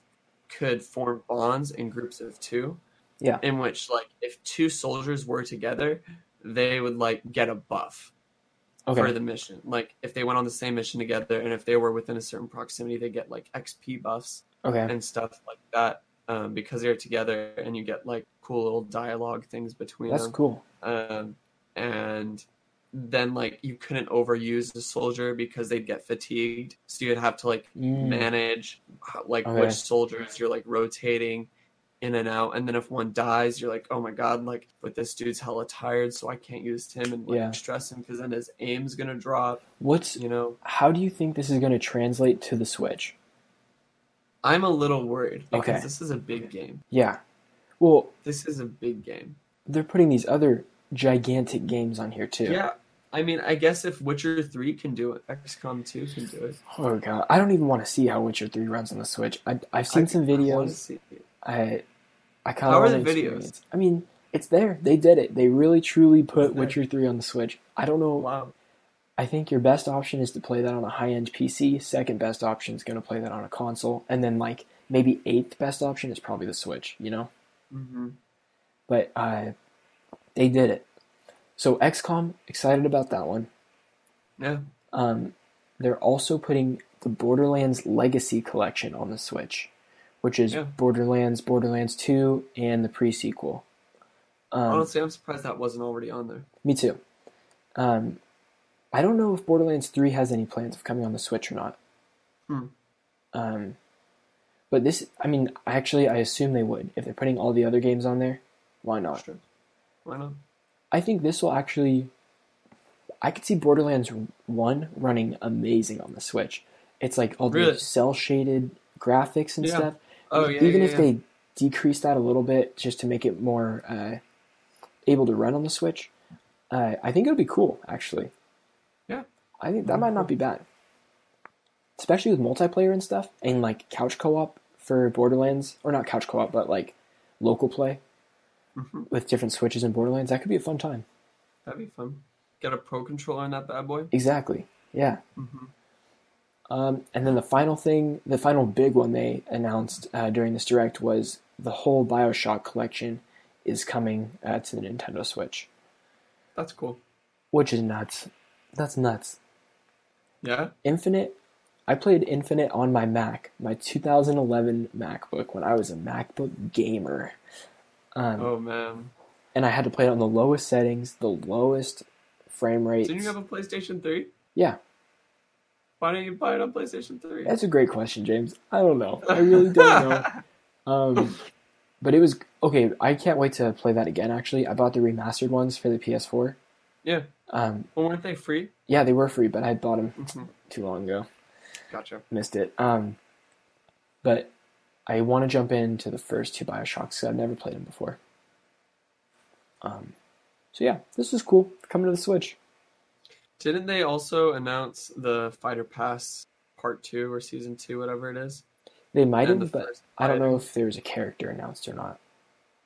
Speaker 2: could form bonds in groups of two.
Speaker 1: Yeah.
Speaker 2: In which like if two soldiers were together, they would like get a buff for
Speaker 1: okay.
Speaker 2: the mission. Like if they went on the same mission together and if they were within a certain proximity, they get like XP buffs
Speaker 1: Okay.
Speaker 2: and stuff like that um, because they're together and you get like cool little dialogue things between
Speaker 1: That's
Speaker 2: them.
Speaker 1: cool.
Speaker 2: Um, and then like you couldn't overuse the soldier because they'd get fatigued, so you'd have to like
Speaker 1: Mm.
Speaker 2: manage how- like
Speaker 1: Okay.
Speaker 2: which soldiers you're like rotating in and out and then if one dies you're like oh my god like but this dude's hella tired so i can't use him and like
Speaker 1: Yeah.
Speaker 2: stress him because then his aim's gonna drop
Speaker 1: What's
Speaker 2: you know
Speaker 1: how do you think this is going to translate to the Switch?
Speaker 2: I'm a little worried because
Speaker 1: Okay.
Speaker 2: this is a big game.
Speaker 1: Yeah. Well,
Speaker 2: This is a big game.
Speaker 1: they're putting these other gigantic games on here too.
Speaker 2: Yeah. I mean, I guess if Witcher 3 can do it, XCOM 2 can do it.
Speaker 1: Oh god, I don't even want to see how Witcher Three runs on the Switch. I, I've seen
Speaker 2: I-
Speaker 1: some
Speaker 2: I wanna
Speaker 1: videos.
Speaker 2: see it.
Speaker 1: I, I kind
Speaker 2: How
Speaker 1: of
Speaker 2: are
Speaker 1: want
Speaker 2: the
Speaker 1: to
Speaker 2: videos?
Speaker 1: experience. I mean, it's there. They did it. They really truly put
Speaker 2: It's there.
Speaker 1: Witcher Three on the Switch. I don't know.
Speaker 2: Wow.
Speaker 1: I think your best option is to play that on a high end PC. Second best option is going to play that on a console, and then like maybe eighth best option is probably the Switch. You know,
Speaker 2: hmm
Speaker 1: but uh, they did it. So XCOM, excited about that one.
Speaker 2: Yeah.
Speaker 1: Um, they're also putting the Borderlands Legacy Collection on the Switch, which is
Speaker 2: Yeah.
Speaker 1: Borderlands, Borderlands 2, and the pre sequel. Um,
Speaker 2: Honestly, I'm surprised that wasn't already on there.
Speaker 1: Me too. Um, I don't know if Borderlands 3 has any plans of coming on the Switch or not.
Speaker 2: Hmm.
Speaker 1: Um, but this, I mean, actually, I assume they would. If they're putting all the other games on there, why E- not?
Speaker 2: Sure. Why not?
Speaker 1: I think this will actually. I could see Borderlands One running amazing on the Switch. It's like all
Speaker 2: Really?
Speaker 1: the cell shaded graphics and
Speaker 2: Yeah.
Speaker 1: stuff.
Speaker 2: Oh, yeah.
Speaker 1: E-, Even
Speaker 2: yeah,
Speaker 1: if
Speaker 2: yeah.
Speaker 1: they decrease that a little bit just to make it more uh, able to run on the Switch, uh, I think it would be cool. Actually,
Speaker 2: Yeah.
Speaker 1: I think that might not be bad, especially with multiplayer and stuff, and like couch co-op for Borderlands, or not couch co-op, but like local play
Speaker 2: Mhm.
Speaker 1: with different switches in Borderlands. That could be a fun time.
Speaker 2: That'd be fun. Get a pro controller in that bad boy.
Speaker 1: Exactly. Yeah.
Speaker 2: Mhm.
Speaker 1: Um, and then the final thing, the final big one they announced uh, during this direct was the whole Bioshock collection is coming uh, to the Nintendo Switch,
Speaker 2: That's cool.
Speaker 1: which is nuts. That's nuts.
Speaker 2: Yeah.
Speaker 1: Infinite. I played Infinite on my Mac, my 2011 MacBook, when I was a MacBook gamer. Um,
Speaker 2: Oh man.
Speaker 1: And I had to play it on the lowest settings, the lowest frame rates.
Speaker 2: Didn't you have a PlayStation 3?
Speaker 1: yeah,
Speaker 2: Why didn't you buy it on PlayStation 3?
Speaker 1: that's a great question, James. I don't know. I really don't know. Um, but it was okay. I can't wait to play that again. Actually, I bought the remastered ones for the PS4.
Speaker 2: yeah.
Speaker 1: Um,
Speaker 2: Well, weren't they free?
Speaker 1: yeah, they were free, but I bought them
Speaker 2: Mhm.
Speaker 1: too long ago.
Speaker 2: Gotcha.
Speaker 1: Missed it. Um, but I want to jump into the first two Bioshocks because I've never played them before. Um, so yeah, this is cool. Coming to the Switch.
Speaker 2: Didn't they also announce the Fighter Pass Part 2 or Season 2, whatever it is?
Speaker 1: They might
Speaker 2: And
Speaker 1: have,
Speaker 2: the
Speaker 1: but
Speaker 2: first
Speaker 1: I don't know if there was a character announced or not.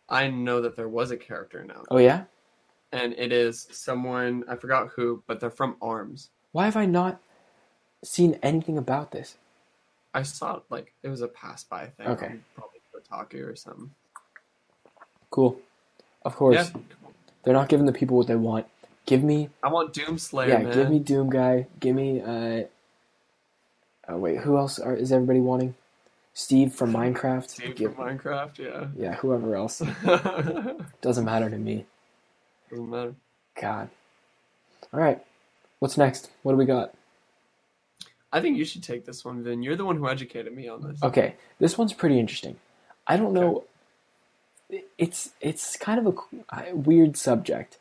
Speaker 2: I know that there was a character now,
Speaker 1: Oh yeah,
Speaker 2: and it is someone, I forgot who, but they're from ARMS.
Speaker 1: why have I not seen anything about this?
Speaker 2: I saw it, like, it was a pass by thing.
Speaker 1: Okay.
Speaker 2: on Probably Kotaku or something.
Speaker 1: Cool. Of course,
Speaker 2: Yeah.
Speaker 1: they're not giving the people what they want. Give me
Speaker 2: I want Doomslayer,
Speaker 1: yeah,
Speaker 2: man.
Speaker 1: give me Doom Guy. Give me. Uh, oh wait, who else are, is everybody wanting? Steve from Minecraft.
Speaker 2: Dude
Speaker 1: Give-
Speaker 2: from Minecraft, yeah.
Speaker 1: yeah, whoever else
Speaker 2: Doesn't
Speaker 1: doesn't matter to me.
Speaker 2: matter.
Speaker 1: God. All right, what's next? What do we got?
Speaker 2: I think you should take this one, Vin. You're the one who educated me on this.
Speaker 1: Okay, this one's pretty interesting. I don't know. It's it's kind of a c- I- weird subject,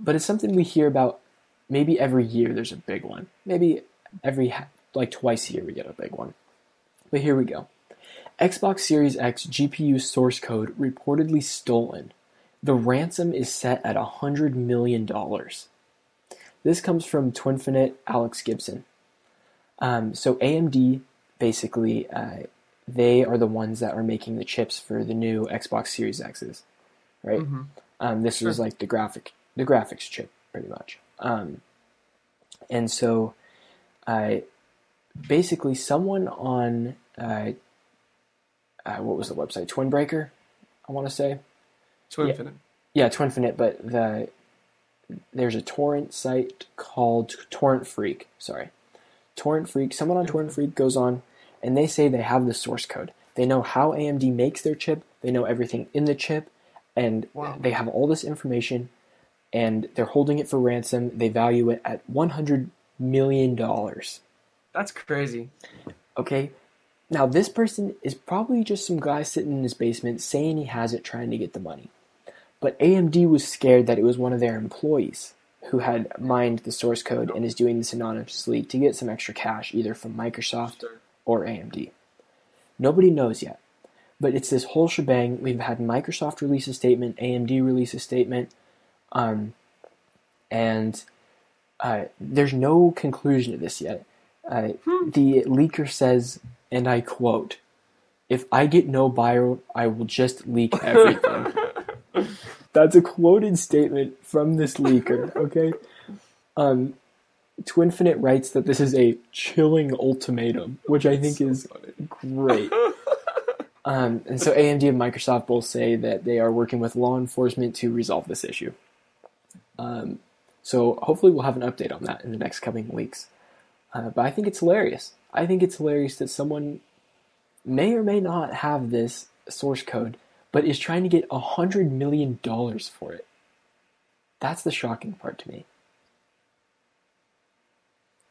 Speaker 1: but it's something we hear about. Maybe every year there's a big one. Maybe every ha- like twice a year we get a big one. But here we go. Xbox Series X GPU source code reportedly stolen. The ransom is set at $100 million. This comes from Twinfinite Alex Gibson. Um, so AMD basically uh, they are the ones that are making the chips for the new Xbox Series X's, right?
Speaker 2: Mhm.
Speaker 1: Um, this is
Speaker 2: Sure.
Speaker 1: like the graphic the graphics chip pretty much. Um, and so, uh, basically, someone on uh, uh, what was the website Twinbreaker, I want to say,
Speaker 2: To
Speaker 1: Yeah.
Speaker 2: Infinite.
Speaker 1: yeah, Twinfinite, but the there's a torrent site called Torrent Freak. Sorry, Torrent Freak. Someone on Torrent Freak goes on, and they say they have the source code. They know how AMD makes their chip. They know everything in the chip, and
Speaker 2: Wow.
Speaker 1: they have all this information. And they're holding it for ransom. They value it at one hundred million dollars.
Speaker 2: That's crazy.
Speaker 1: Okay. Now, this person is probably just some guy sitting in his basement saying he has it trying to get the money. But AMD was scared that it was one of their employees who had mined the source code and is doing this anonymously to get some extra cash either from Microsoft
Speaker 2: Sure.
Speaker 1: or AMD. Nobody knows yet. But it's this whole shebang. We've had Microsoft release a statement, AMD release a statement, um, and uh, there's no conclusion to this yet. Uh, The leaker says, and I quote, if I get no buyer, I will just leak everything. That's a quoted statement from this leaker, okay? Um, Twinfinite writes that this is a chilling ultimatum, which I think is great. Um, and so AMD and Microsoft both say that they are working with law enforcement to resolve this issue. Um, so hopefully we'll have an update on that in the next coming weeks. Uh, but I think it's hilarious. I think it's hilarious that someone may or may not have this source code, but is trying to get a hundred million dollars for it. That's the shocking part to me.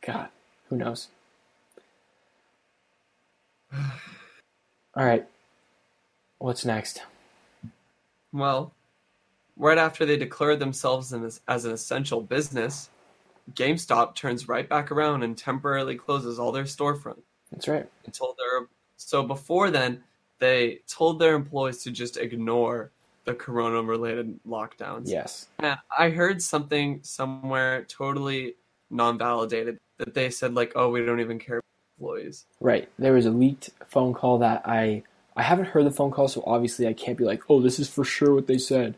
Speaker 1: God, who knows? All right, what's next?
Speaker 2: Well, right after they declare themselves in as, as an essential business, GameStop turns right back around and temporarily closes all their storefronts
Speaker 1: That's right.
Speaker 2: until their so before then they told their employees to just ignore the corona related lockdowns.
Speaker 1: Yes.
Speaker 2: And I heard something somewhere totally non validated that they said like, oh, we don't even care about employees.
Speaker 1: Right. There was a leaked phone call that I I haven't heard the phone call, so obviously I can't be like, oh, this is for sure what they said.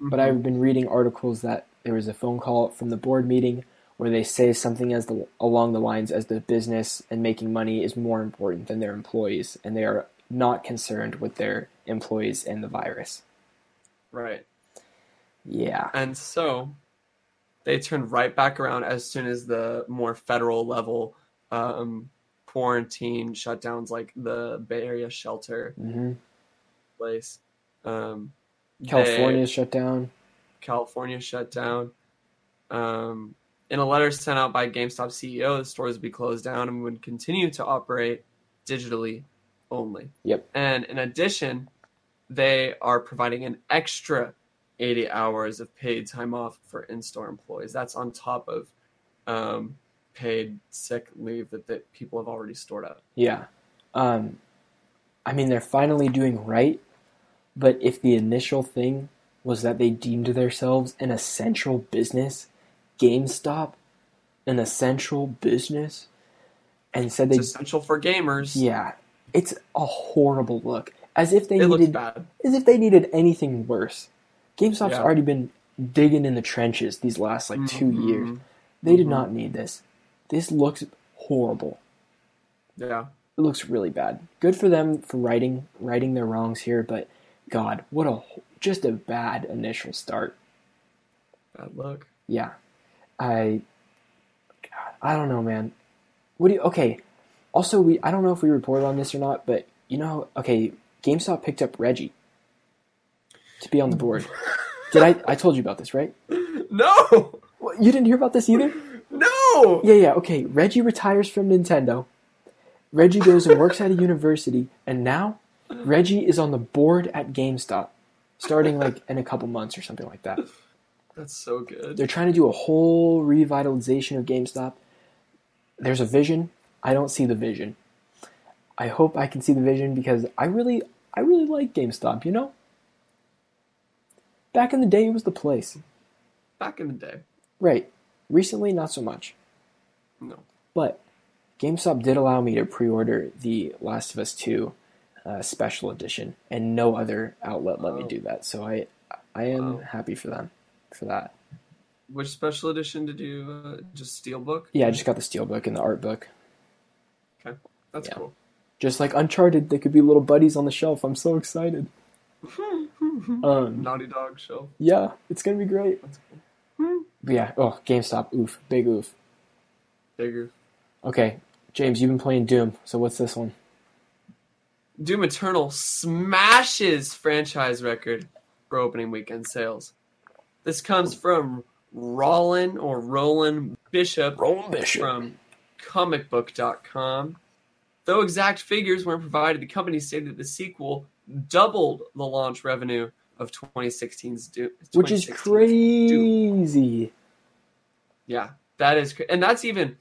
Speaker 1: But I've been reading articles that there was a phone call from the board meeting where they say something as the along the lines as the business and making money is more important than their employees, and they are not concerned with their employees and the virus.
Speaker 2: right.
Speaker 1: Yeah.
Speaker 2: And so they turned right back around as soon as the more federal level um, quarantine shutdowns, like the Bay Area shelter
Speaker 1: hmm
Speaker 2: place, um,
Speaker 1: California shut down.
Speaker 2: they- California shut down. Um, in a letter sent out by GameStop CEO, the stores would be closed down and would continue to operate digitally only.
Speaker 1: Yep.
Speaker 2: And in addition, they are providing an extra 80 hours of paid time off for in store employees. That's on top of um, paid sick leave that, that people have already stored up.
Speaker 1: Yeah. Um, I mean, they're finally doing right, but if the initial thing was that they deemed themselves an essential business, GameStop, an essential business, and said they.
Speaker 2: It's essential for gamers.
Speaker 1: yeah. It's a horrible look. As if they
Speaker 2: it looks
Speaker 1: needed
Speaker 2: bad.
Speaker 1: as if they needed anything worse. GameStop's
Speaker 2: Yeah.
Speaker 1: already been digging in the trenches these last like 2 years.
Speaker 2: Mhm.
Speaker 1: They did
Speaker 2: Mhm.
Speaker 1: not need this. This looks horrible.
Speaker 2: Yeah.
Speaker 1: It looks really bad. Good for them for writing righting their wrongs here, but God, what a just a bad initial start.
Speaker 2: Bad look.
Speaker 1: Yeah, I, God, I don't know, man. What do you? Okay. Also, we I don't know if we reported on this or not, but you know, okay, GameStop picked up Reggie to be on the board. Did I? I told you about this, right?
Speaker 2: No!
Speaker 1: What, you didn't hear about this either.
Speaker 2: No!
Speaker 1: Yeah, yeah, okay. Reggie retires from Nintendo. Reggie goes and works at a university, and now Reggie is on the board at GameStop, starting like in a couple months or something like that.
Speaker 2: That's so good.
Speaker 1: They're trying to do a whole revitalization of GameStop. There's a vision. I don't see the vision. I hope I can see the vision because I really, I really like GameStop. You know, back in the day, it was the place.
Speaker 2: Back in the day.
Speaker 1: Right. Recently, not so much.
Speaker 2: No.
Speaker 1: But GameStop did allow me to pre-order the Last of Us Two uh, Special Edition, and no other outlet let me
Speaker 2: Wow.
Speaker 1: do that. So I, I am
Speaker 2: Wow.
Speaker 1: happy for them for that.
Speaker 2: Which special edition did you uh, just Steelbook?
Speaker 1: Yeah, I just got the steelbook and the art book.
Speaker 2: Okay. That's
Speaker 1: Yeah.
Speaker 2: cool.
Speaker 1: Just like Uncharted, they could be little buddies on the shelf. I'm so excited. Um,
Speaker 2: Naughty Dog show.
Speaker 1: yeah, it's gonna be great.
Speaker 2: That's cool.
Speaker 1: But yeah. Oh, GameStop. Oof. Big oof.
Speaker 2: Bigger.
Speaker 1: Okay, James, you've been playing Doom. So what's this one?
Speaker 2: Doom Eternal smashes franchise record for opening weekend sales. This comes from Rollin or Roland Bishop
Speaker 1: Roland Bishop.
Speaker 2: from comicbook.com. Though exact figures weren't provided, the company stated that the sequel doubled the launch revenue of 2016's Doom.
Speaker 1: Which is
Speaker 2: 2016's
Speaker 1: crazy.
Speaker 2: yeah, that is, cra- and that's even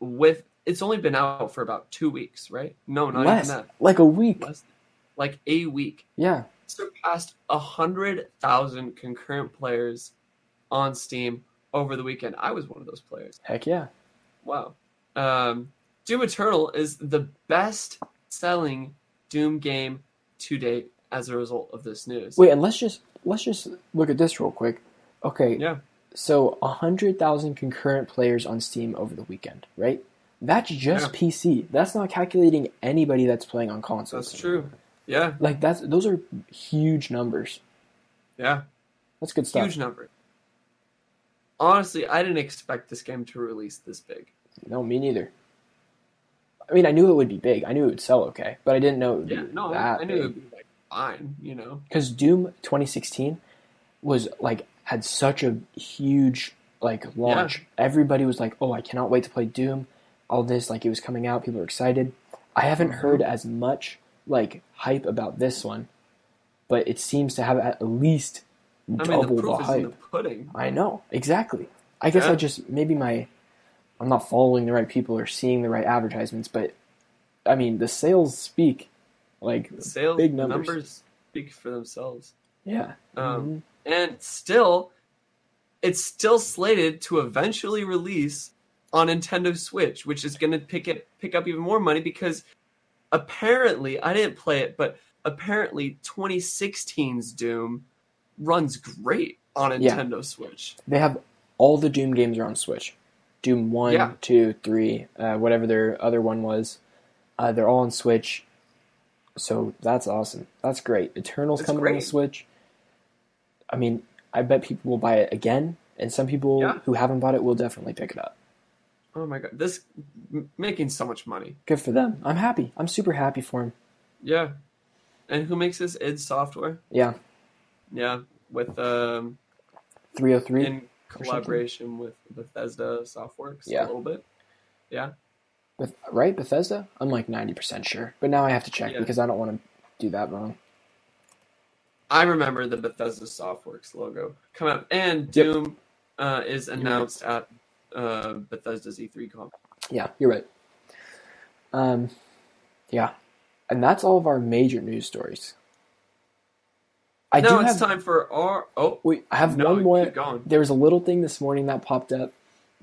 Speaker 2: with it's only been out for about two weeks, right? No, not
Speaker 1: Less,
Speaker 2: even that.
Speaker 1: like a week.
Speaker 2: Less, like a week.
Speaker 1: Yeah,
Speaker 2: surpassed a hundred thousand concurrent players on Steam over the weekend. I was one of those players.
Speaker 1: heck yeah.
Speaker 2: Wow. Um, Doom Eternal is the best selling Doom game to date as a result of this news.
Speaker 1: Wait, and let's just let's just look at this real quick. Okay,
Speaker 2: Yeah.
Speaker 1: so hundred thousand concurrent players on Steam over the weekend, right? That's just
Speaker 2: Yeah.
Speaker 1: PC. That's not calculating anybody that's playing on consoles.
Speaker 2: That's true. Yeah,
Speaker 1: Like that's those are huge numbers.
Speaker 2: yeah.
Speaker 1: That's good stuff.
Speaker 2: Huge number. Honestly, I didn't expect this game to release this big.
Speaker 1: No, me neither. I mean, I knew it would be big. I knew it would sell okay, but I didn't know it would
Speaker 2: Yeah,
Speaker 1: be
Speaker 2: no, I,
Speaker 1: that
Speaker 2: I knew it would be like fine, you know.
Speaker 1: Because Doom 2016 was like had such a huge like launch. Everybody was like, "Oh, I cannot wait to play Doom." All this like it was coming out. People were excited. I haven't
Speaker 2: Mm-hmm.
Speaker 1: heard as much like hype about this one, but it seems to have at least
Speaker 2: I mean, the
Speaker 1: double
Speaker 2: proof
Speaker 1: the
Speaker 2: is
Speaker 1: hype.
Speaker 2: in the pudding.
Speaker 1: I know exactly. I guess
Speaker 2: Yeah.
Speaker 1: I just maybe my I'm not following the right people or seeing the right advertisements, but I mean the sales speak like
Speaker 2: The sales
Speaker 1: big
Speaker 2: numbers.
Speaker 1: numbers.
Speaker 2: speak for themselves.
Speaker 1: yeah. Mm-hmm.
Speaker 2: Um, And still, it's still slated to eventually release on Nintendo Switch, which is going to pick it pick up even more money because apparently I didn't play it, but apparently 2016's Doom runs great on
Speaker 1: Yeah.
Speaker 2: Nintendo Switch.
Speaker 1: they have all the Doom games are on Switch. Doom one,
Speaker 2: Yeah.
Speaker 1: two, three, uh, whatever their other one was. Uh, they're all on Switch. So that's awesome. That's great. Eternal's
Speaker 2: That's
Speaker 1: coming on
Speaker 2: great.
Speaker 1: the Switch. I mean, I bet people will buy it again, and some people
Speaker 2: Yeah.
Speaker 1: who haven't bought it will definitely pick it up.
Speaker 2: Oh my god, this m- making so much money.
Speaker 1: Good for them. I'm happy. I'm super happy for him.
Speaker 2: Yeah. And who makes this? Id Software.
Speaker 1: Yeah,
Speaker 2: Yeah, with um
Speaker 1: 303.
Speaker 2: in
Speaker 1: something.
Speaker 2: collaboration with Bethesda Softworks
Speaker 1: Yeah.
Speaker 2: a little bit.
Speaker 1: Beth- right, Bethesda? I'm like 90% sure. But now I have to check
Speaker 2: Yeah.
Speaker 1: because I don't want to do that wrong.
Speaker 2: I remember the Bethesda Softworks logo come out, and Doom uh, is announced at uh, Bethesda's E3 conference.
Speaker 1: Yeah, you're right. Um, yeah, and that's all of our major news stories. I do
Speaker 2: now it's
Speaker 1: have.
Speaker 2: time for our. Oh,
Speaker 1: Wait, I have
Speaker 2: no,
Speaker 1: one more.
Speaker 2: Keep going.
Speaker 1: There was a little thing this morning that popped up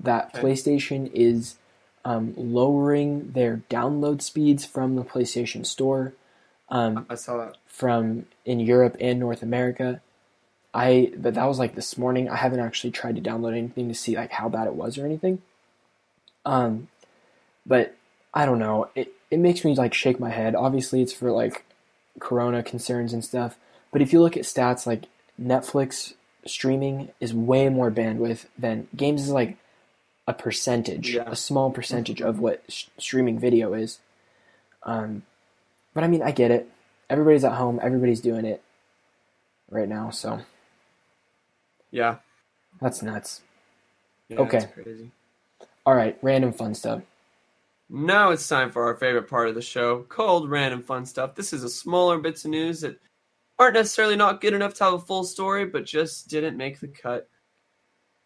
Speaker 1: that
Speaker 2: Okay.
Speaker 1: PlayStation is um, lowering their download speeds from the PlayStation Store. Um,
Speaker 2: I saw that.
Speaker 1: from in Europe and North America. I but that was like this morning. I haven't actually tried to download anything to see like how bad it was or anything. Um, but I don't know. It it makes me like shake my head. Obviously, it's for like corona concerns and stuff. But if you look at stats, like Netflix streaming is way more bandwidth than games is like a percentage,
Speaker 2: Yeah.
Speaker 1: a small percentage of what sh- streaming video is. Um, but I mean, I get it. Everybody's at home. Everybody's doing it right now. So
Speaker 2: Yeah.
Speaker 1: that's nuts.
Speaker 2: yeah
Speaker 1: Okay.
Speaker 2: it's crazy.
Speaker 1: All right, random fun stuff.
Speaker 2: Now it's time for our favorite part of the show called Random Fun Stuff. This is a smaller bits of news that aren't necessarily not good enough to have a full story, but just didn't make the cut.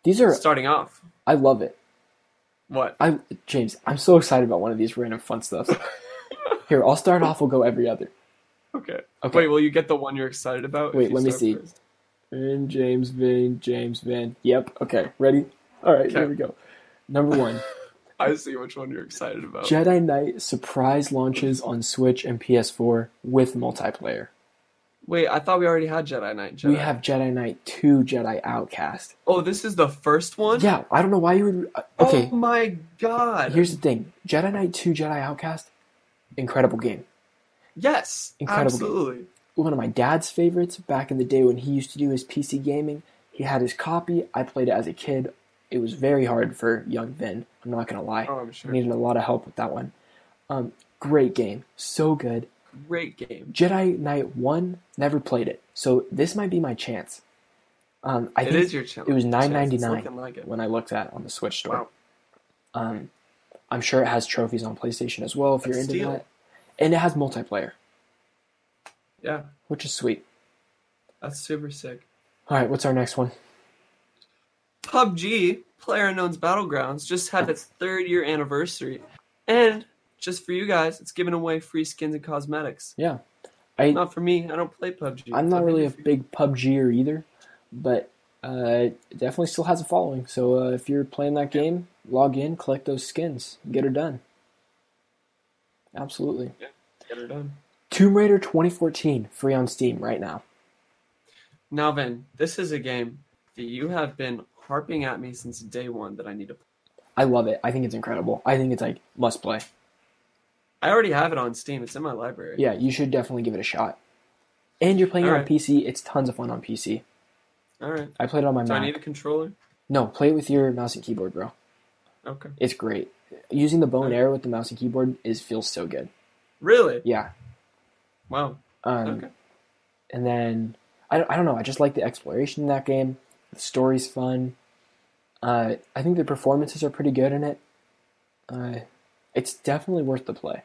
Speaker 1: These are.
Speaker 2: Starting off,
Speaker 1: I love it.
Speaker 2: what?
Speaker 1: I James, I'm so excited about one of these random fun stuffs. Here, I'll start off. We'll go every other.
Speaker 2: Okay.
Speaker 1: Okay.
Speaker 2: Wait, will you get the one you're excited about? if
Speaker 1: Wait,
Speaker 2: you
Speaker 1: let me
Speaker 2: start
Speaker 1: see.
Speaker 2: first?
Speaker 1: Vin, James, Vin, James, Vin. Yep. Okay. Ready? All right.
Speaker 2: Okay.
Speaker 1: Here we go. Number one:
Speaker 2: I see which one you're excited about.
Speaker 1: Jedi Knight surprise launches on Switch and PS4 with multiplayer.
Speaker 2: Wait, I thought we already had Jedi Knight. Jedi.
Speaker 1: We have Jedi Knight Two, Jedi Outcast.
Speaker 2: Oh, this is the first one.
Speaker 1: Yeah, I don't know why you would. uh, Okay.
Speaker 2: Oh my god.
Speaker 1: Here's the thing: Jedi Knight Two, Jedi Outcast, incredible game.
Speaker 2: yes.
Speaker 1: Incredible game.
Speaker 2: Absolutely.
Speaker 1: One of my dad's favorites back in the day when he used to do his PC gaming. He had his copy. I played it as a kid. It was very hard for young Vin. I'm not gonna lie.
Speaker 2: Oh, I'm sure.
Speaker 1: Needed a lot of help with that one. Um, great game, so good.
Speaker 2: Great game.
Speaker 1: Jedi Knight One, never played it, so this might be my chance. Um, I
Speaker 2: It
Speaker 1: think
Speaker 2: is your challenge.
Speaker 1: it was
Speaker 2: Chance. It's
Speaker 1: 9.99.
Speaker 2: Looking like it.
Speaker 1: when I looked at it on the Switch store.
Speaker 2: Wow.
Speaker 1: Um, I'm sure it has trophies on PlayStation as well if you're
Speaker 2: That's
Speaker 1: into
Speaker 2: steal.
Speaker 1: that, and it has multiplayer,
Speaker 2: Yeah,
Speaker 1: which is sweet.
Speaker 2: that's super sick.
Speaker 1: All right, what's our next one?
Speaker 2: PUBG, PlayerUnknown's Battlegrounds, just had its third year anniversary, And just for you guys, it's giving away free skins and cosmetics.
Speaker 1: Yeah. I-
Speaker 2: not for me. I don't play PUBG.
Speaker 1: I'm not
Speaker 2: That may
Speaker 1: really
Speaker 2: be
Speaker 1: a
Speaker 2: for you.
Speaker 1: big PUBGer either, but uh, it definitely still has a following. So uh, if you're playing that game, log in, collect those skins, get her done. Absolutely.
Speaker 2: Get her done.
Speaker 1: Tomb Raider 2014, free on Steam right now.
Speaker 2: Now, Vin, this is a game that you have been harping at me since day one that I need to play.
Speaker 1: I love it. I think it's incredible. I think it's like must play.
Speaker 2: I already have it on Steam. It's in my library.
Speaker 1: Yeah, you should definitely give it a shot. And you're playing it on
Speaker 2: Alright.
Speaker 1: PC. It's tons of fun on PC.
Speaker 2: All right.
Speaker 1: I played it on my
Speaker 2: Do
Speaker 1: Mac.
Speaker 2: I need a controller?
Speaker 1: No, play it with your mouse and keyboard, bro.
Speaker 2: Okay.
Speaker 1: It's great. Using the bow and arrow with the mouse and keyboard is feels so good.
Speaker 2: Really?
Speaker 1: Yeah.
Speaker 2: Wow.
Speaker 1: Um,
Speaker 2: Okay.
Speaker 1: and then I don't, I don't know. I just like the exploration in that game. The story's fun. Uh, I think the performances are pretty good in it. Uh, it's definitely worth the play.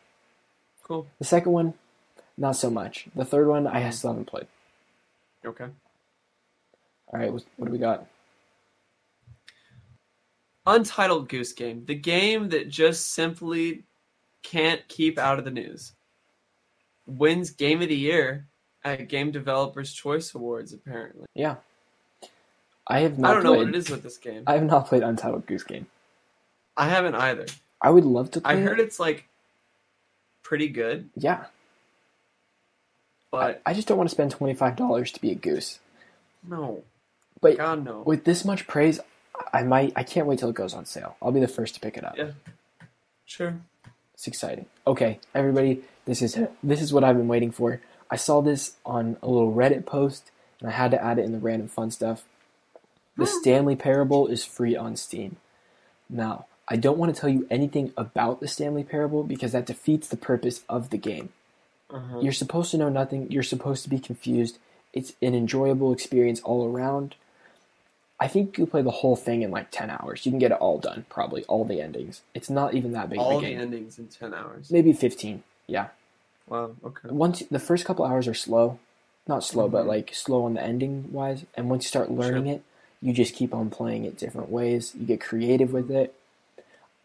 Speaker 2: Cool.
Speaker 1: The second one, not so much. The third one, I still haven't played.
Speaker 2: Okay.
Speaker 1: All right, what, what do we got?
Speaker 2: Untitled Goose Game, the game that just simply can't keep out of the news, wins Game of the Year at Game Developers Choice Awards. Apparently,
Speaker 1: Yeah, I have not.
Speaker 2: I don't know
Speaker 1: played,
Speaker 2: what it is with this game.
Speaker 1: I have not played Untitled Goose Game.
Speaker 2: I haven't either.
Speaker 1: I would love to play.
Speaker 2: I heard it's like pretty good,
Speaker 1: Yeah,
Speaker 2: but
Speaker 1: I just don't want to spend twenty five dollars to be a goose.
Speaker 2: no,
Speaker 1: But
Speaker 2: God no.
Speaker 1: with this much praise, I might. I can't wait till it goes on sale. I'll be the first to pick it up.
Speaker 2: Yeah. Sure.
Speaker 1: It's exciting. Okay, everybody, this is this is what I've been waiting for. I saw this on a little Reddit post, and I had to add it in the random fun stuff. The Stanley Parable is free on Steam. Now, I don't want to tell you anything about the Stanley Parable because that defeats the purpose of the game.
Speaker 2: Uh-huh.
Speaker 1: You're supposed to know nothing. You're supposed to be confused. It's an enjoyable experience all around. I think you play the whole thing in like ten hours. You can get it all done, probably all the endings. It's not even that big
Speaker 2: All
Speaker 1: of a
Speaker 2: the
Speaker 1: game
Speaker 2: endings in ten hours.
Speaker 1: maybe 15 yeah
Speaker 2: Wow. Okay.
Speaker 1: once the first couple hours are slow not slow but
Speaker 2: Mhm.
Speaker 1: like slow on the ending wise and once you start learning it you just keep on playing it different ways you get creative with it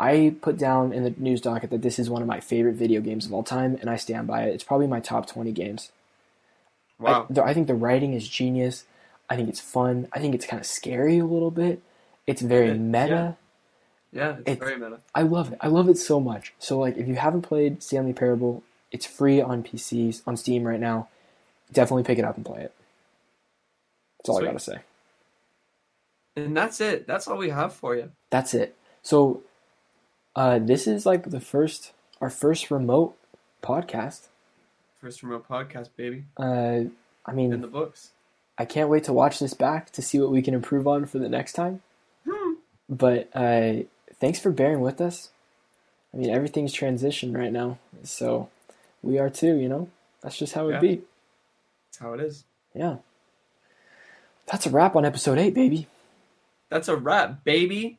Speaker 1: i put down in the news docket that this is one of my favorite video games of all time and i stand by it it's probably my top 20 games I-
Speaker 2: Wow.
Speaker 1: the- I, think the writing is genius i think it's fun i think it's kind of scary a little bit it's very
Speaker 2: It-
Speaker 1: meta
Speaker 2: yeah. Yeah, it's,
Speaker 1: it's-
Speaker 2: very meta.
Speaker 1: I love it. I love it so much. So like if you haven't played Stanley Parable, it's free on PCs on Steam right now. Definitely pick it up and play it. That's all
Speaker 2: Sweet.
Speaker 1: I gotta say.
Speaker 2: And that's it. That's all we have for you.
Speaker 1: That's it. So uh this is like the first our first remote podcast.
Speaker 2: First remote podcast, baby,
Speaker 1: Uh I
Speaker 2: in
Speaker 1: mean
Speaker 2: the books.
Speaker 1: I can't wait to watch this back to see what we can improve on for the next time.
Speaker 2: Hmm.
Speaker 1: But uh thanks for bearing with us. I mean everything's transition right now. So we are too, you know? That's just how it
Speaker 2: Yeah.
Speaker 1: be.
Speaker 2: That's how it is.
Speaker 1: Yeah. That's a wrap on episode 8, baby.
Speaker 2: That's a wrap, baby.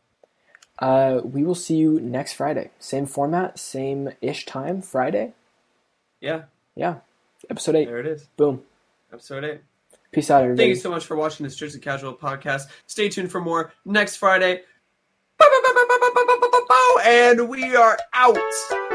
Speaker 1: Uh, we will see you next Friday. Same format, same ish time, Friday.
Speaker 2: Yeah,
Speaker 1: Yeah. Episode 8.
Speaker 2: there it is.
Speaker 1: Boom.
Speaker 2: Episode eight.
Speaker 1: Peace out, everybody.
Speaker 2: Thank you so much for watching the Strictly Casual podcast. Stay tuned for more next Friday. Bow, bow, bow, bow, bow, bow, bow, bow, bow, bow, And we are out.